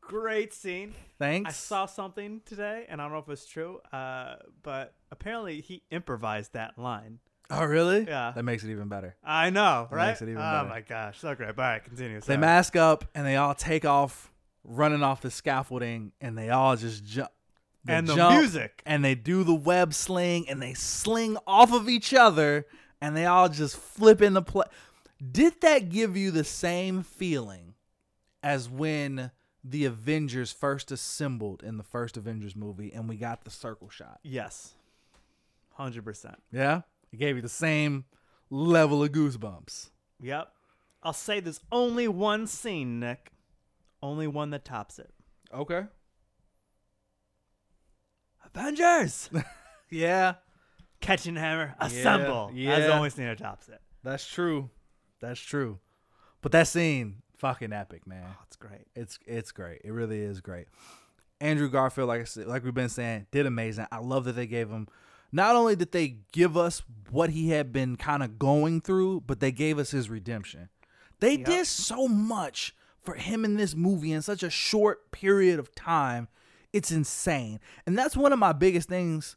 Great scene. Thanks. I saw something today, and I don't know if it's true, uh, but apparently he improvised that line. Oh, really? Yeah. That makes it even better. I know, That right? makes it even oh better. my gosh, so great. All right, continue. They sorry. mask up and they all take off running off the scaffolding and they all just jump. and the jump, music. and they do the web sling and they sling off of each other and they all just flip in the play. Did that give you the same feeling as when the Avengers first assembled in the first Avengers movie and we got the circle shot? Yes, hundred percent. Yeah? It gave you the same level of goosebumps. Yep. I'll say there's only one scene, Nick. Only one that tops it. Okay. Avengers! Yeah, Catch and Hammer, assemble. yeah. Oh, That's the only scene that tops it. that's true. That's true. But that scene, fucking epic, man. That's great. It's it's great. It really is great. Andrew Garfield, like I said, like we've been saying, did amazing. I love that they gave him. Not only did they give us what he had been kind of going through, but they gave us his redemption. They Yep. did so much for him in this movie in such a short period of time. It's insane. And that's one of my biggest things.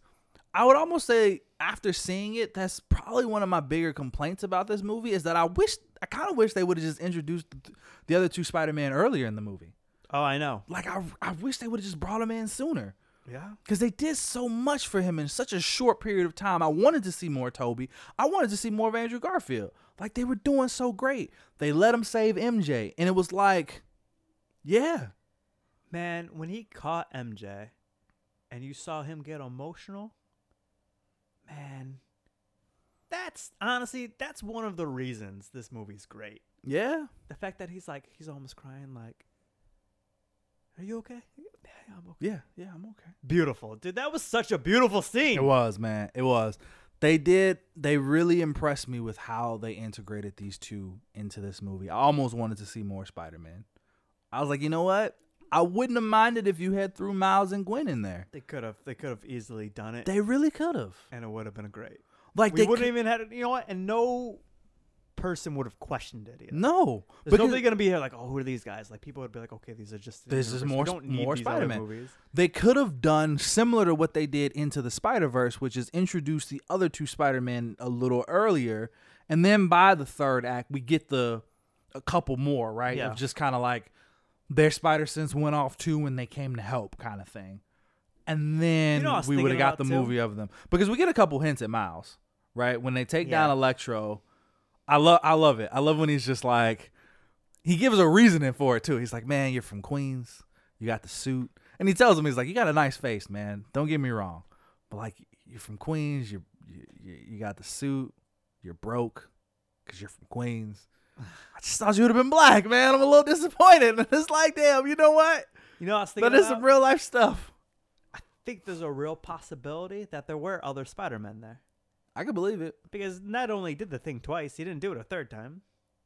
I would almost say after seeing it, that's probably one of my bigger complaints about this movie is that I wish I kind of wish they would have just introduced the- the other two Spider-Man earlier in the movie. Oh, I know. Like I I wish they would have just brought him in sooner Yeah. because they did so much for him in such a short period of time. I wanted to see more Toby. I wanted to see more of Andrew Garfield. Like they were doing so great. They let him save MJ, and it was like, yeah, Man, when he caught MJ and you saw him get emotional, man, that's honestly, that's one of the reasons this movie's great. yeah, The fact that he's like, he's almost crying, like, Are you okay? Yeah, I'm okay. yeah, yeah. I'm okay. Beautiful. Dude, that was such a beautiful scene. It was, man. It was. They did. They really impressed me with how they integrated these two into this movie. I almost wanted to see more Spider Man. I was like, you know what? I wouldn't have minded if you had threw Miles and Gwen in there. They could have. They could have easily done it, They really could have. and it would have been great. Like we they wouldn't could- even had it. You know what? And no person would have questioned it. Either. no. There's nobody gonna be here like, oh, who are these guys? Like people would be like, okay, these are just. the This is universe. We more- don't need more these other Spider-Man. movies. They could have done similar to what they did into the Spider Verse, which is introduce the other two Spider Men a little earlier, and then by the third act, we get the a couple more right Yeah. of just kind of like their Spider Sense went off too when they came to help kind of thing, and then You know what I was we thinking would have got about, the too? movie of them because we get a couple hints at Miles right when they take Yeah. down Electro. I love I love it. I love when he's just like he gives a reasoning for it too. He's like, "Man, you're from Queens. You got the suit." And he tells him he's like, "You got a nice face, man. Don't get me wrong. But like you're from Queens, you you, you you got the suit. You're broke cuz you're from Queens. I just thought you would have been black, man. I'm a little disappointed." And it's like, "Damn, you know what? You know, I was thinking. That is about- some real life stuff." I think there's a real possibility that there were other Spider-Men there I can believe it. because not only did the thing twice, he didn't do it a third time.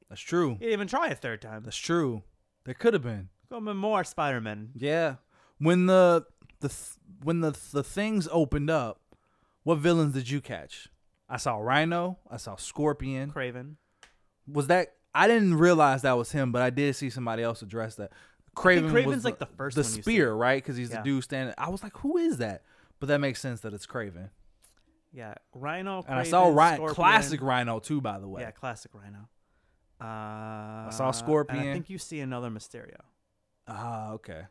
That's true. He didn't even try a third time. There's That's true. There could have been. gonna be more Spider-Men. Yeah. When the the th- when the the things opened up, what villains did you catch? I saw Rhino. I saw Scorpion. Craven. Was that? I didn't realize that was him, but I did see somebody else address that. Craven Craven's was like the first the one you see. spear, right? Because he's Yeah. the dude standing. I was like, who is that? But that makes sense that it's Craven. Yeah, Rhino. And I saw Craven, Rhino, Scorpion. classic Rhino too, by the way. Yeah, classic Rhino. Uh, I saw Scorpion. I think you see another Mysterio. Ah, okay.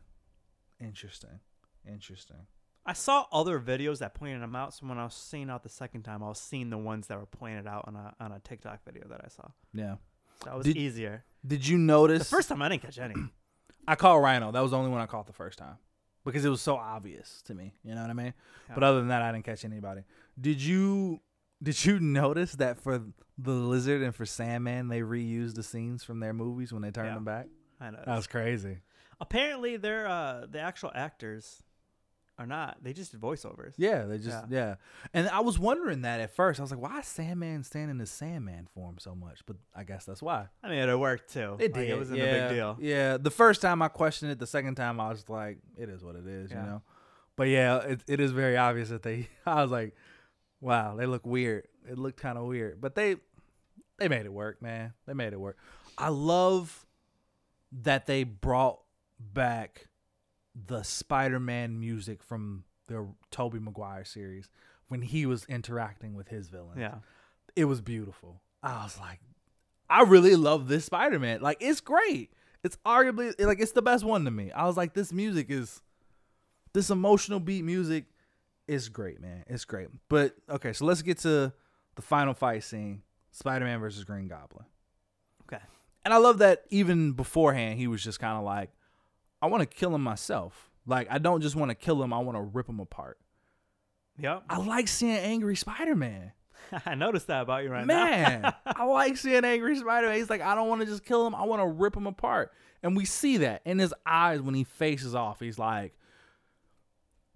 Interesting. Interesting. I saw other videos that pointed them out. So when I was seeing out the second time, I was seeing the ones that were pointed out on a on a TikTok video that I saw. Yeah. That was Did- easier. Did you notice The first time I didn't catch any. I caught Rhino. That was the only one I caught the first time because it was so obvious to me. You know what I mean? But Yeah. other than that, I didn't catch anybody. Did you? Did you notice that for the Lizard and for Sandman, they reused the scenes from their movies when they turned Yeah. them back? I know. That was crazy. Apparently, they're uh, the actual actors are not. They just did voiceovers. Yeah, they just Yeah. yeah. And I was wondering that at first. I was like, why is Sandman standing in Sandman form so much? But I guess that's why. I mean, it worked too. It Like, did. It wasn't yeah. a big deal. Yeah. The first time I questioned it, the second time I was like, it is what it is, Yeah. you know? But yeah, it, it is very obvious that they, I was like, wow, they look weird. It looked kind of weird. But they, they made it work, man. They made it work. I love that they brought back the Spider Man music from the Tobey Maguire series when he was interacting with his villains Yeah. it was beautiful. I was like, I really love this Spider Man. Like, it's great. It's arguably like it's the best one to me. I was like, this music is this emotional beat music is great, man. It's great. But okay, so let's get to the final fight scene: Spider-Man versus Green Goblin. Okay. And I love that even beforehand, he was just kind of like, "I want to kill him myself. Like, I don't just want to kill him. I want to rip him apart." Yep. I like seeing angry Spider-Man. I noticed that about you right Man, now. I like seeing angry Spider Man. He's like, I don't want to just kill him. I want to rip him apart. And we see that in his eyes when he faces off. He's like,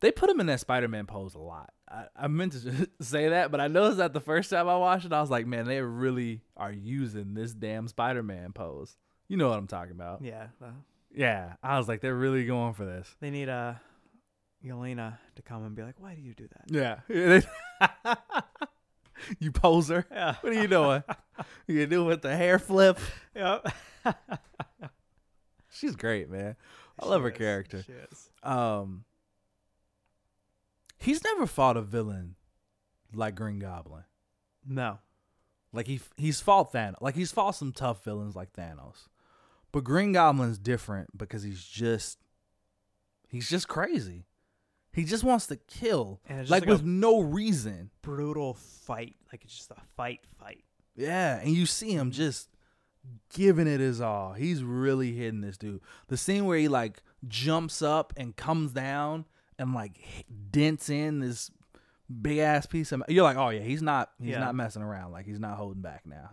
they put him in that Spider Man pose a lot. I, I meant to just say that, but I noticed that the first time I watched it, I was like, man, they really are using this damn Spider Man pose. You know what I'm talking about. yeah. well, Yeah. I was like, they're really going for this. they need uh, Yelena to come and be like, why do you do that? Yeah. you poser. Yeah. What are you doing? you doing with the hair flip? Yep. She's great, man. I love She her is, character. She is. Um, he's never fought a villain like Green Goblin. No. Like he he's fought Thanos. Like he's fought some tough villains like Thanos, but Green Goblin's different because he's just he's just crazy. He just wants to kill, And it's just like, like a- with no reason. Brutal fight. Like it's just a fight, fight. Yeah, and you see him just giving it his all. He's really hitting this dude. The scene where he like jumps up and comes down and like h- dents in this big ass piece of you're like, oh yeah, he's not he's Yeah. not messing around. Like he's not holding back now.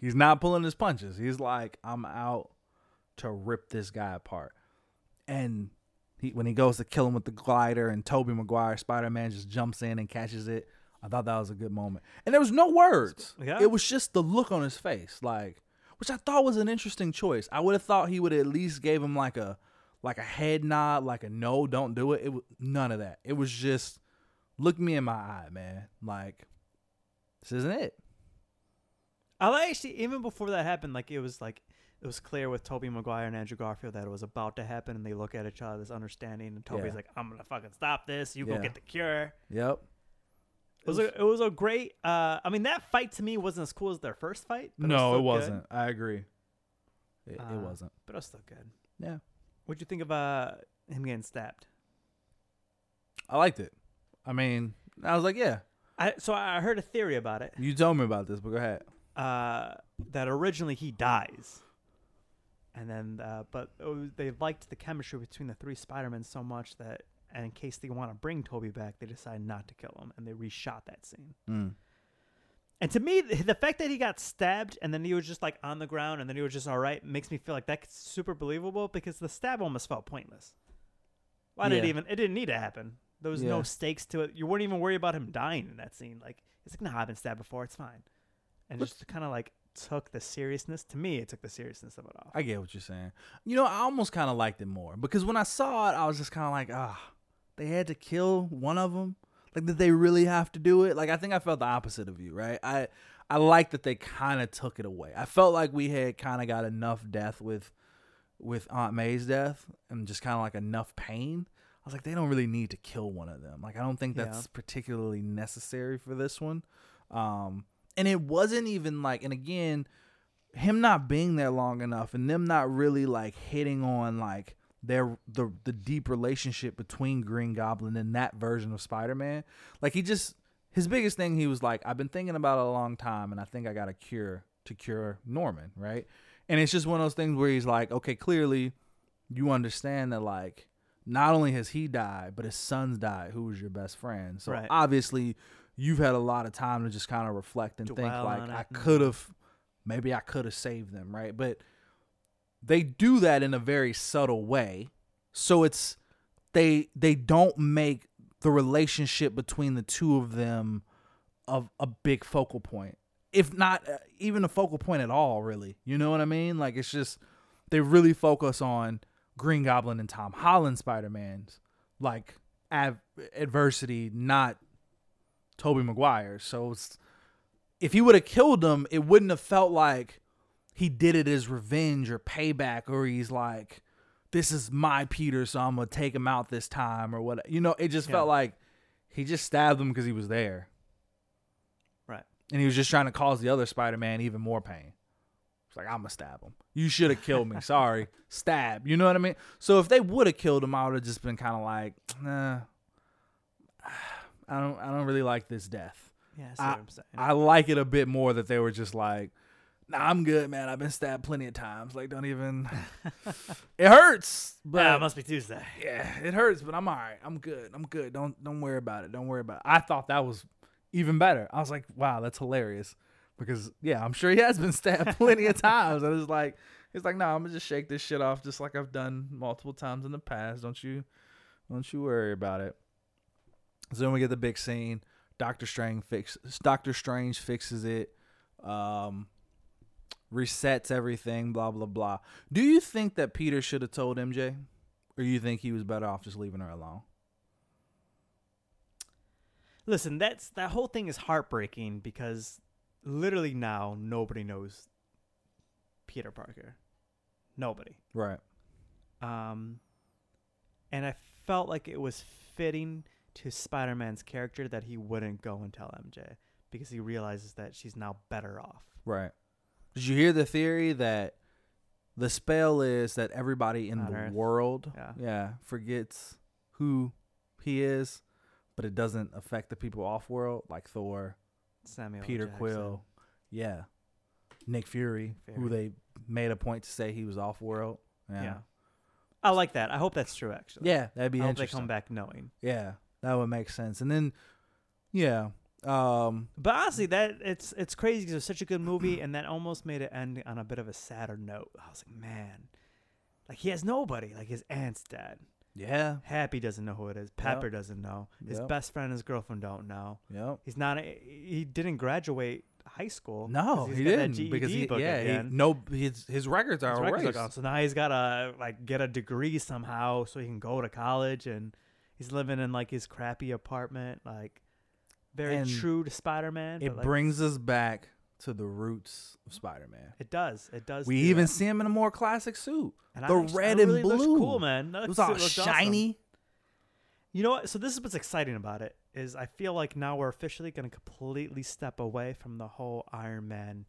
He's not pulling his punches. He's like, I'm out to rip this guy apart. And he when he goes to kill him with the glider and Toby Maguire, Spider Man just jumps in and catches it. I thought that was a good moment. And there was no words. Yeah. It was just the look on his face, like which I thought was an interesting choice. I would have thought he would at least gave him like a like a head nod, like a no, don't do it. It was none of that. It was just look me in my eye, man. Like this isn't it. I like- actually even before that happened, like it was like it was clear with Toby Maguire and Andrew Garfield that it was about to happen, and they look at each other, this understanding, and Toby's Yeah. like, "I'm gonna fucking stop this. You Yeah. go get the cure." Yep. It was a, it was a great. Uh, I mean, that fight to me wasn't as cool as their first fight. but no, it was still good. wasn't. I agree. It, it Uh, wasn't. but it was still good. Yeah. What'd you think of uh, him getting stabbed? I liked it. I mean, I was like, yeah, I so I heard a theory about it you told me about this, but go ahead. uh, that originally he dies, and then uh, but it was- they liked the chemistry between the three Spider Men so much that and in case they want to bring Toby back, they decide not to kill him and they reshot that scene. Mm. And to me, th- the fact that he got stabbed and then he was just like on the ground and then he was just all right makes me feel like that's super believable because the stab almost felt pointless. Why did it Yeah. even? It didn't need to happen. There was Yeah. no stakes to it. You wouldn't even worry about him dying in that scene. Like it's like, nah, I've been stabbed before. It's fine. And What's- just kind of like took the seriousness. To me, it took the seriousness of it off. I get what you're saying. You know, I almost kind of liked it more because when I saw it, I was just kind of like, ah, they had to kill one of them. Like, did they really have to do it? Like, I think I felt the opposite of you, right? I I like that they kind of took it away. I felt like we had kind of got enough death with with Aunt May's death and just kind of like enough pain. I was like, they don't really need to kill one of them. Like, I don't think Yeah. that's particularly necessary for this one. Um, and it wasn't even like, and again, him not being there long enough and them not really like hitting on like their the the deep relationship between Green Goblin and that version of Spider-Man. Like he just his biggest thing he was like I've been thinking about it a long time and I think I got a cure to cure Norman, right? And it's just one of those things where he's like, okay, clearly you understand that like not only has he died, but his son's died, who was your best friend. So Right. obviously you've had a lot of time to just kind of reflect and think Dwell like on I it. mm-hmm. could have maybe I could have saved them, right? But they do that in a very subtle way. So it's they they don't make the relationship between the two of them of a big focal point. If not uh, even a focal point at all, really. You know what I mean? Like it's just they really focus on Green Goblin and Tom Holland Spider-Man's like av- adversity, not Toby Maguire. So it's, if he would have killed him, it wouldn't have felt like he did it as revenge or payback or he's like this is my Peter, so I'm gonna take him out this time or what. You know, it just Yeah. felt like he just stabbed him because he was there Right. and he was just trying to cause the other Spider-Man even more pain. It's like, I'm gonna stab him. You should have killed me. Sorry, stab. You know what I mean? So if they would have killed him, I would have just been kind of like, nah, I don't, I don't really like this death. Yeah, I see what I'm saying. Ah, I like it a bit more that they were just like, nah, I'm good, man. I've been stabbed plenty of times. Like, don't even. it hurts, but yeah, it must be Tuesday. yeah, it hurts, but I'm all right. I'm good. I'm good. Don't don't worry about it. Don't worry about it. I thought that was even better. I was like, wow, that's hilarious. Because yeah, I'm sure he has been stabbed plenty of times. And it's like it's like, no, I'm gonna just shake this shit off just like I've done multiple times in the past. Don't you don't you worry about it. So then we get the big scene. Doctor Strange fix Doctor Strange fixes it. Um resets everything, blah blah blah. Do you think that Peter should have told MJ? Or you think he was better off just leaving her alone? Listen, that's that whole thing is heartbreaking because literally now nobody knows Peter Parker. Nobody. Right. Um, and I felt like it was fitting to Spider Man's character that he wouldn't go and tell MJ because he realizes that she's now better off. Right. Did you hear the theory that the spell is that everybody in On the Earth. world Yeah. forgets who he is, but it doesn't affect the people off world like Thor, Samuel. Peter Jackson. Quill, yeah. Nick Fury, who Fury. they made a point to say he was off world. Yeah. Yeah. yeah. I like that. I hope that's true. Actually. that'd be I hope they interesting. come back knowing. Yeah, that would make sense. And then yeah, um But honestly, that it's it's crazy because it's such a good movie, and that almost made it end on a bit of a sadder note. I was like, man, like he has nobody. Like his aunt's dead. yeah, Happy doesn't know who it is. Pepper doesn't know. His Yep. best friend and his girlfriend don't know. yep. He's not. He didn't graduate high school. 'cause No, he's he got that didn't because GED he, book yeah, he, again. no, his his records are His records are erased. gone, so now he's gotta like get a degree somehow so he can go to college, and he's living in like his crappy apartment, like very And true to Spider-Man. It but, like, brings us back to the roots of Spider-Man. It does. It does. We do even that. see him in a more classic suit, And I the actually- red it and really looks blue. Cool man. That It was looks- all looks awesome. shiny. You know what? So this is what's exciting about it is I feel like now we're officially going to completely step away from the whole Iron Man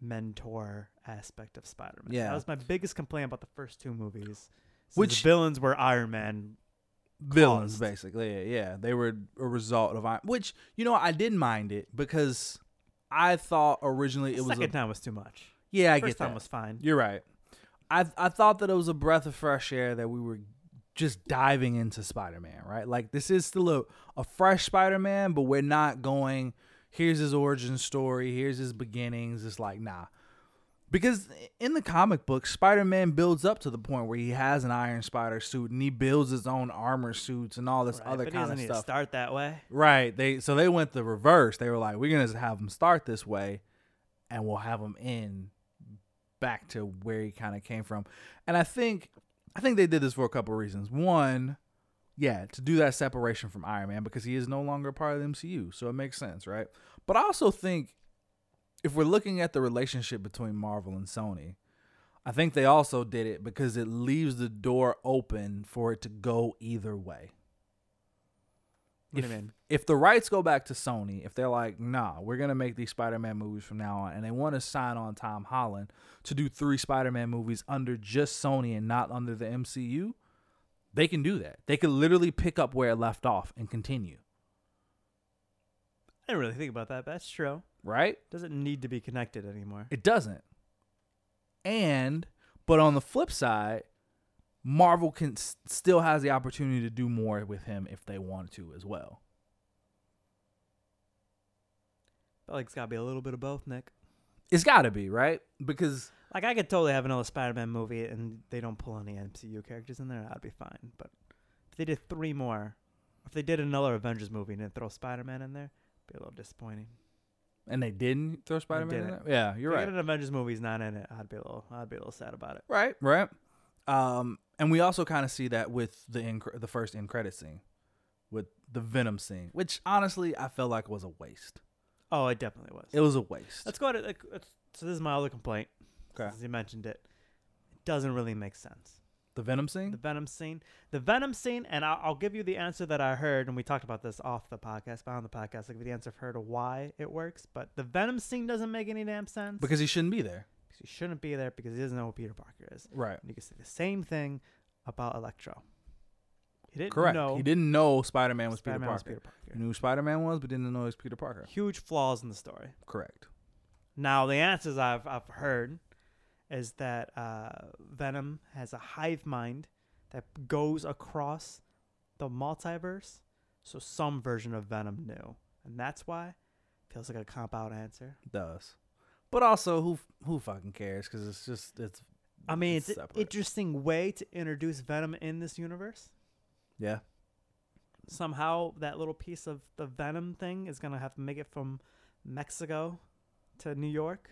mentor aspect of Spider-Man. Yeah. that was my biggest complaint about the first two movies. is Which- the villains were Iron Man. Villains, caused. basically. Yeah, yeah, they were a result of Iron. Which you know, I didn't mind it because I thought originally it was. Second A, time was too much. yeah, I first get time that. was fine. You're right. I I thought that it was a breath of fresh air that we were just diving into Spider-Man, right? Like this is still a, a fresh Spider-Man, but we're not going here's his origin story, here's his beginnings. It's like, nah. Because in the comic book, Spider-Man builds up to the point where he has an Iron Spider suit and he builds his own armor suits and all this Right, other but he kind doesn't of need stuff. To start that way. Right. They so they went the reverse. They were like, we're gonna just have him start this way, and we'll have him in back to where he kind of came from. And I think I think they did this for a couple of reasons. One, yeah, to do that separation from Iron Man because he is no longer a part of the MCU, so it makes sense, right? But I also think if we're looking at the relationship between Marvel and Sony, I think they also did it because it leaves the door open for it to go either way if, What do you mean? if the rights go back to Sony, if they're like, nah, we're gonna make these Spider-Man movies from now on, and they want to sign on Tom Holland to do three Spider-Man movies under just Sony and not under the MCU, they can do that. They could literally pick up where it left off and continue, I didn't really think about that. But that's true. right? Doesn't need to be connected anymore. It doesn't. And but on the flip side, Marvel can s- still has the opportunity to do more with him if they want to as well. But like it's got to be a little bit of both, Nick. It's got to be right because Like I could totally have another Spider-Man movie and they don't pull any MCU characters in there, I'd be fine. But if they did three more, if they did another Avengers movie and then throw Spider-Man in there, it'd be a little disappointing. and they didn't throw Spider-Man. in didn't. there? Yeah, you're if right. If an Avengers movie's not in it, I'd be a little, I'd be a little sad about it. Right. Right. Um, and we also kind of see that with the in, the first end credit scene, with the Venom scene, which honestly I felt like was a waste. Oh, it definitely was. It was a waste. let's go to like, let's- so this is my other complaint. Okay. Since you mentioned it, it doesn't really make sense. the Venom The scene. Venom scene, the Venom scene, and I'll, I'll give you the answer that I heard, and we talked about this off the podcast, but on the podcast, I'll give you the answer for her to why it works. But the Venom scene doesn't make any damn sense. Because he shouldn't be there. He shouldn't be there because he doesn't know who Peter Parker is. Right. And you can say the same thing about Electro. He didn't Correct. know He didn't know Spider Man was, Peter Spider-Man was Parker. Peter Parker. He knew who Spider Man was, but didn't know he was Peter Parker. Huge flaws in the story. Correct. Now the answers I've I've heard is that uh, Venom has a hive mind that goes across the multiverse, so some version of Venom knew, and that's why feels like a cop out answer. Does. But also, who who fucking cares? Because it's just it's. I mean, It's it's, an separate. interesting way to introduce Venom in this universe. Yeah. Somehow that little piece of the Venom thing is gonna have to make it from Mexico to New York.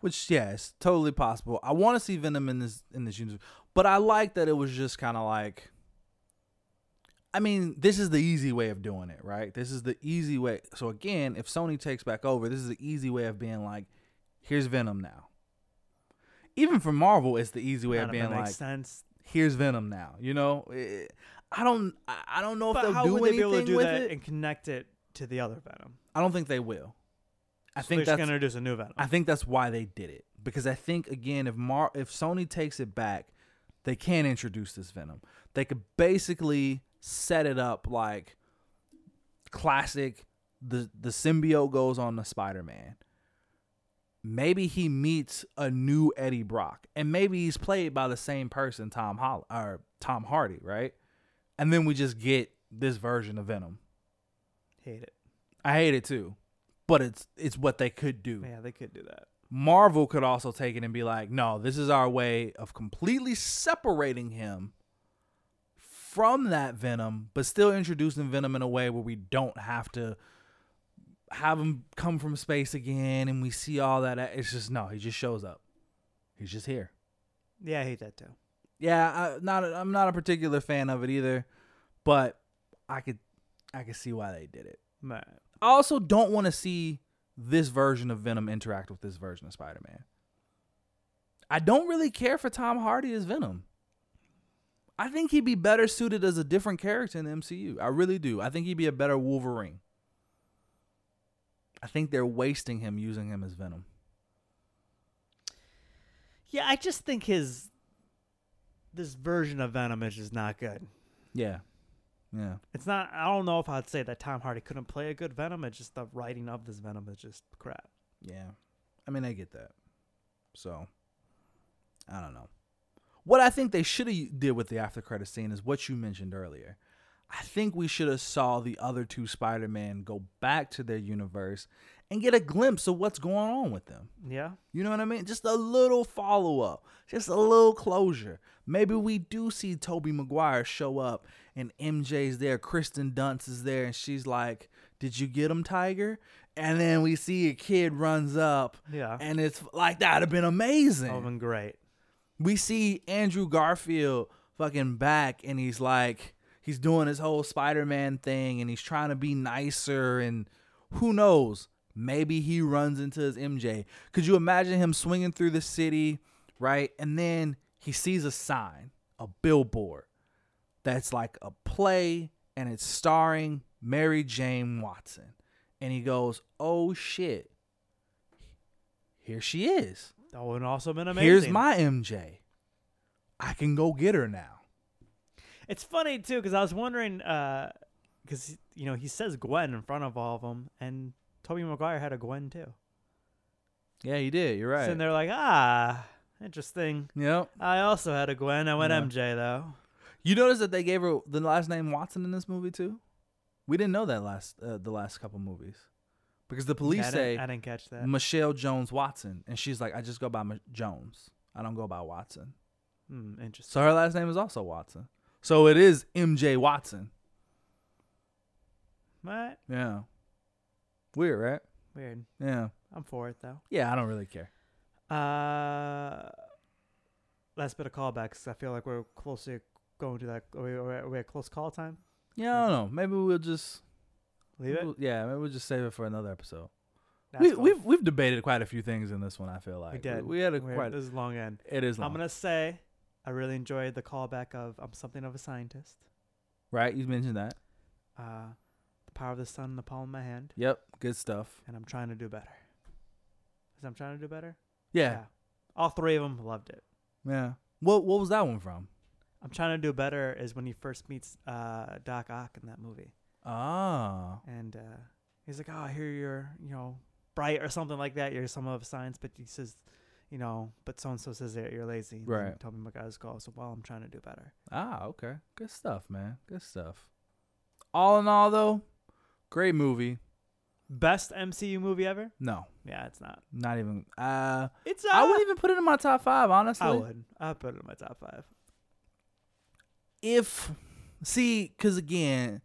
Which yeah, it's totally possible. I want to see Venom in this in this universe, but I like that it was just kind of like. I mean, this is the easy way of doing it, right? This is the easy way. So again, if Sony takes back over, this is the easy way of being like, here's Venom now. Even for Marvel, it's the easy way None of of being it like, makes sense. here's Venom now. You know, Eh, I don't, I I don't know if But they'll how do would they be anything able to do with that it. and connect it to the other Venom? I don't think they will. I So think they're that's just gonna introduce a new Venom. I think that's why they did it because I think again, if Mar if Sony takes it back, they can introduce this Venom. They could basically set it up like classic. the The symbiote goes on the Spider Man. Maybe he meets a new Eddie Brock, and maybe he's played by the same person, Tom Holl- or Tom Hardy, right? And then we just get this version of Venom. Hate it. I hate it too, but it's it's what they could do. Yeah, they could do that. Marvel could also take it and be like, no, this is our way of completely separating him from that Venom, but still introducing Venom in a way where we don't have to have him come from space again and we see all that. It's just, no, he just shows up. He's just here. Yeah, I hate that too. Yeah, I, not a, I'm not a particular fan of it either, but I could I could see why they did it. Right. I also don't want to see this version of Venom interact with this version of Spider Man. I don't really care for Tom Hardy as Venom. I think he'd be better suited as a different character in the MCU. I really do. I think he'd be a better Wolverine. I think they're wasting him using him as Venom. Yeah, I just think his this version of Venom is just not good. Yeah. Yeah. It's not. I don't know if I'd say that Tom Hardy couldn't play a good Venom. It's just the writing of this Venom is just crap. Yeah. I mean, I get that. So, I don't know. What I think they should have did with the after credit scene is what you mentioned earlier. I think we should have saw the other two Spider-Man go back to their universe and get a glimpse of what's going on with them. Yeah. You know what I mean? Just a little follow up, just a little closure. Maybe we do see Toby Maguire show up and MJ's there, Kristen Dunst is there, and she's like, Did you get him, Tiger? And then we see a kid runs up, Yeah. Oh, and it's like, That'd have been amazing. That would've been great. We see Andrew Garfield fucking back, and he's like, he's doing his whole Spider Man thing, and he's trying to be nicer, and who knows? Maybe he runs into his MJ. Could you imagine him swinging through the city, right? And then he sees a sign, a billboard that's like a play, and it's starring Mary Jane Watson. And he goes, oh shit, here she is. That would also been amazing. Here's my MJ. I can go get her now. It's funny too because I was wondering because you know he says Gwen in front of all of them, and Tobey Maguire had a Gwen too. Yeah, you did. You're So they're like, ah, interesting. Yep. I also had a Gwen. I went Yeah. MJ though. You notice that they gave her the last name Watson in this movie too. We didn't know that last uh, the last couple movies because the police I say didn't, I didn't catch that. Michelle Jones Watson, and she's like, I just go by M- Jones. I don't go by Watson. Hmm, interesting. So her last name is also Watson. So it is MJ Watson. What? Yeah. Weird, right? Weird. Yeah. I'm for it though. Yeah, I don't really care. Uh, last bit of callbacks. I feel like we're closely going to that. Are we, are we at close call time? Yeah, I don't know. Maybe we'll just Leave it. we'll- yeah, maybe we'll just save it for another episode. That's we, fine. we've we've debated quite a few things in this one. I feel like we did. We, had a We're- quite. This is long end. It is long, I'm gonna say, I really enjoyed the callback of "I'm something of a scientist." right? You mentioned that. Uh, the power of the sun in the palm of my hand, Yep, good stuff. and I'm trying to do better. Is I'm trying to do better? Yeah, All three of them loved it. Yeah. What what was that one from? I'm trying to do better is when he first meets uh, Doc Ock in that movie, Ah. and uh, he's like, "Oh, I hear you're you know bright or something like that. You're some of science," but he says, "You know," but so and so says that you're lazy. and then Right. Tell me my guys go. So well, I'm trying to do better. Ah, okay. Good stuff, man. Good stuff. All in all though, great movie. Best MCU movie ever? No, Yeah, it's not. not even uh It's I uh, wouldn't even put it in my top 5, honestly. I would. I would put it in my top five. If see cuz again,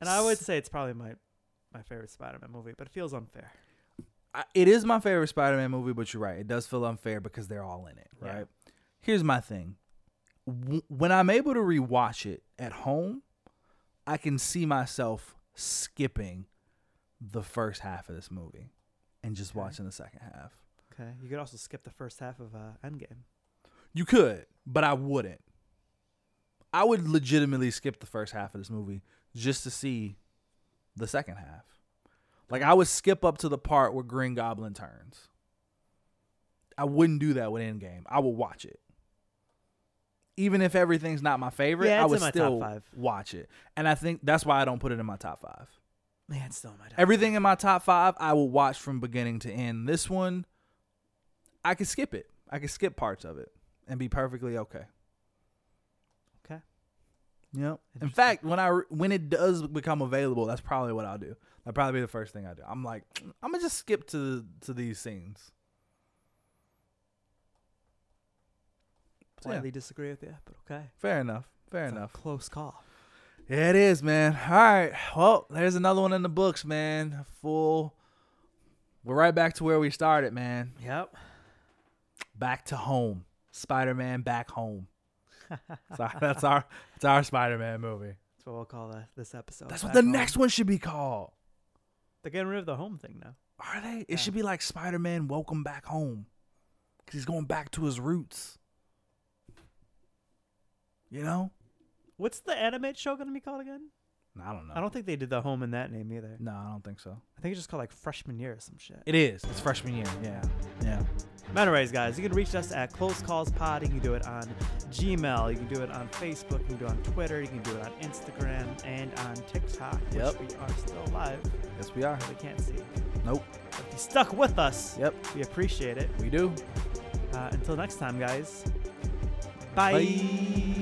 And I would S- say it's probably my my favorite Spider-Man movie, but it feels unfair. I, it is my favorite Spider-Man movie, but you're right. It does feel unfair because they're all in it, Yeah. right? Here's my thing. W- when I'm able to rewatch it at home, I can see myself skipping the first half of this movie and just Okay. watching the second half. Okay. You could also skip the first half of uh, Endgame. You could, but I wouldn't. I would legitimately skip the first half of this movie just to see the second half. Like I would skip up to the part where Green Goblin turns. I wouldn't do that with Endgame. I would watch it. Even if everything's not my favorite, Yeah, I it's would in my top still five. watch it. And I think that's why I don't put it in my top 5. Man, it's still in my top. Everything in my top five, I will watch from beginning to end. This one, I could skip it. I could skip parts of it and be perfectly okay. Okay. Yep. In Interesting. fact, when I when it does become available, that's probably what I'll do. That'll probably be the first thing I do. I'm like, I'm gonna just skip to to these scenes. Slightly disagree with you, but okay. Fair enough. Fair It's a enough. close call. Yeah, it is, man. All right. Well, there's another one in the books, man. Full. We're right back to where we started, man. Yep. back to home. Spider Man back home. so that's our that's our Spider Man movie. That's what we'll call uh, this episode. That's what Back the home. next one should be called. They're getting rid of the home thing now. Are they? It Yeah. should be like Spider Man Welcome Back Home, because he's going back to his roots. You know? What's the animated show going to be called again? I don't know. I don't think they did the home in that name either. No, I don't think so. I think it's just called like freshman year or some shit. It is. It's freshman year. Yeah. Yeah. Anyways, guys, you can reach us at Close Calls Pod. You can do it on Gmail. You can do it on Facebook. You can do it on Twitter. You can do it on Instagram and on TikTok, Yep. which we are still live. Yes, we are. We can't see. Nope. If you stuck with us, Yep. we appreciate it. We do. Uh, until next time, guys. Bye. Bye.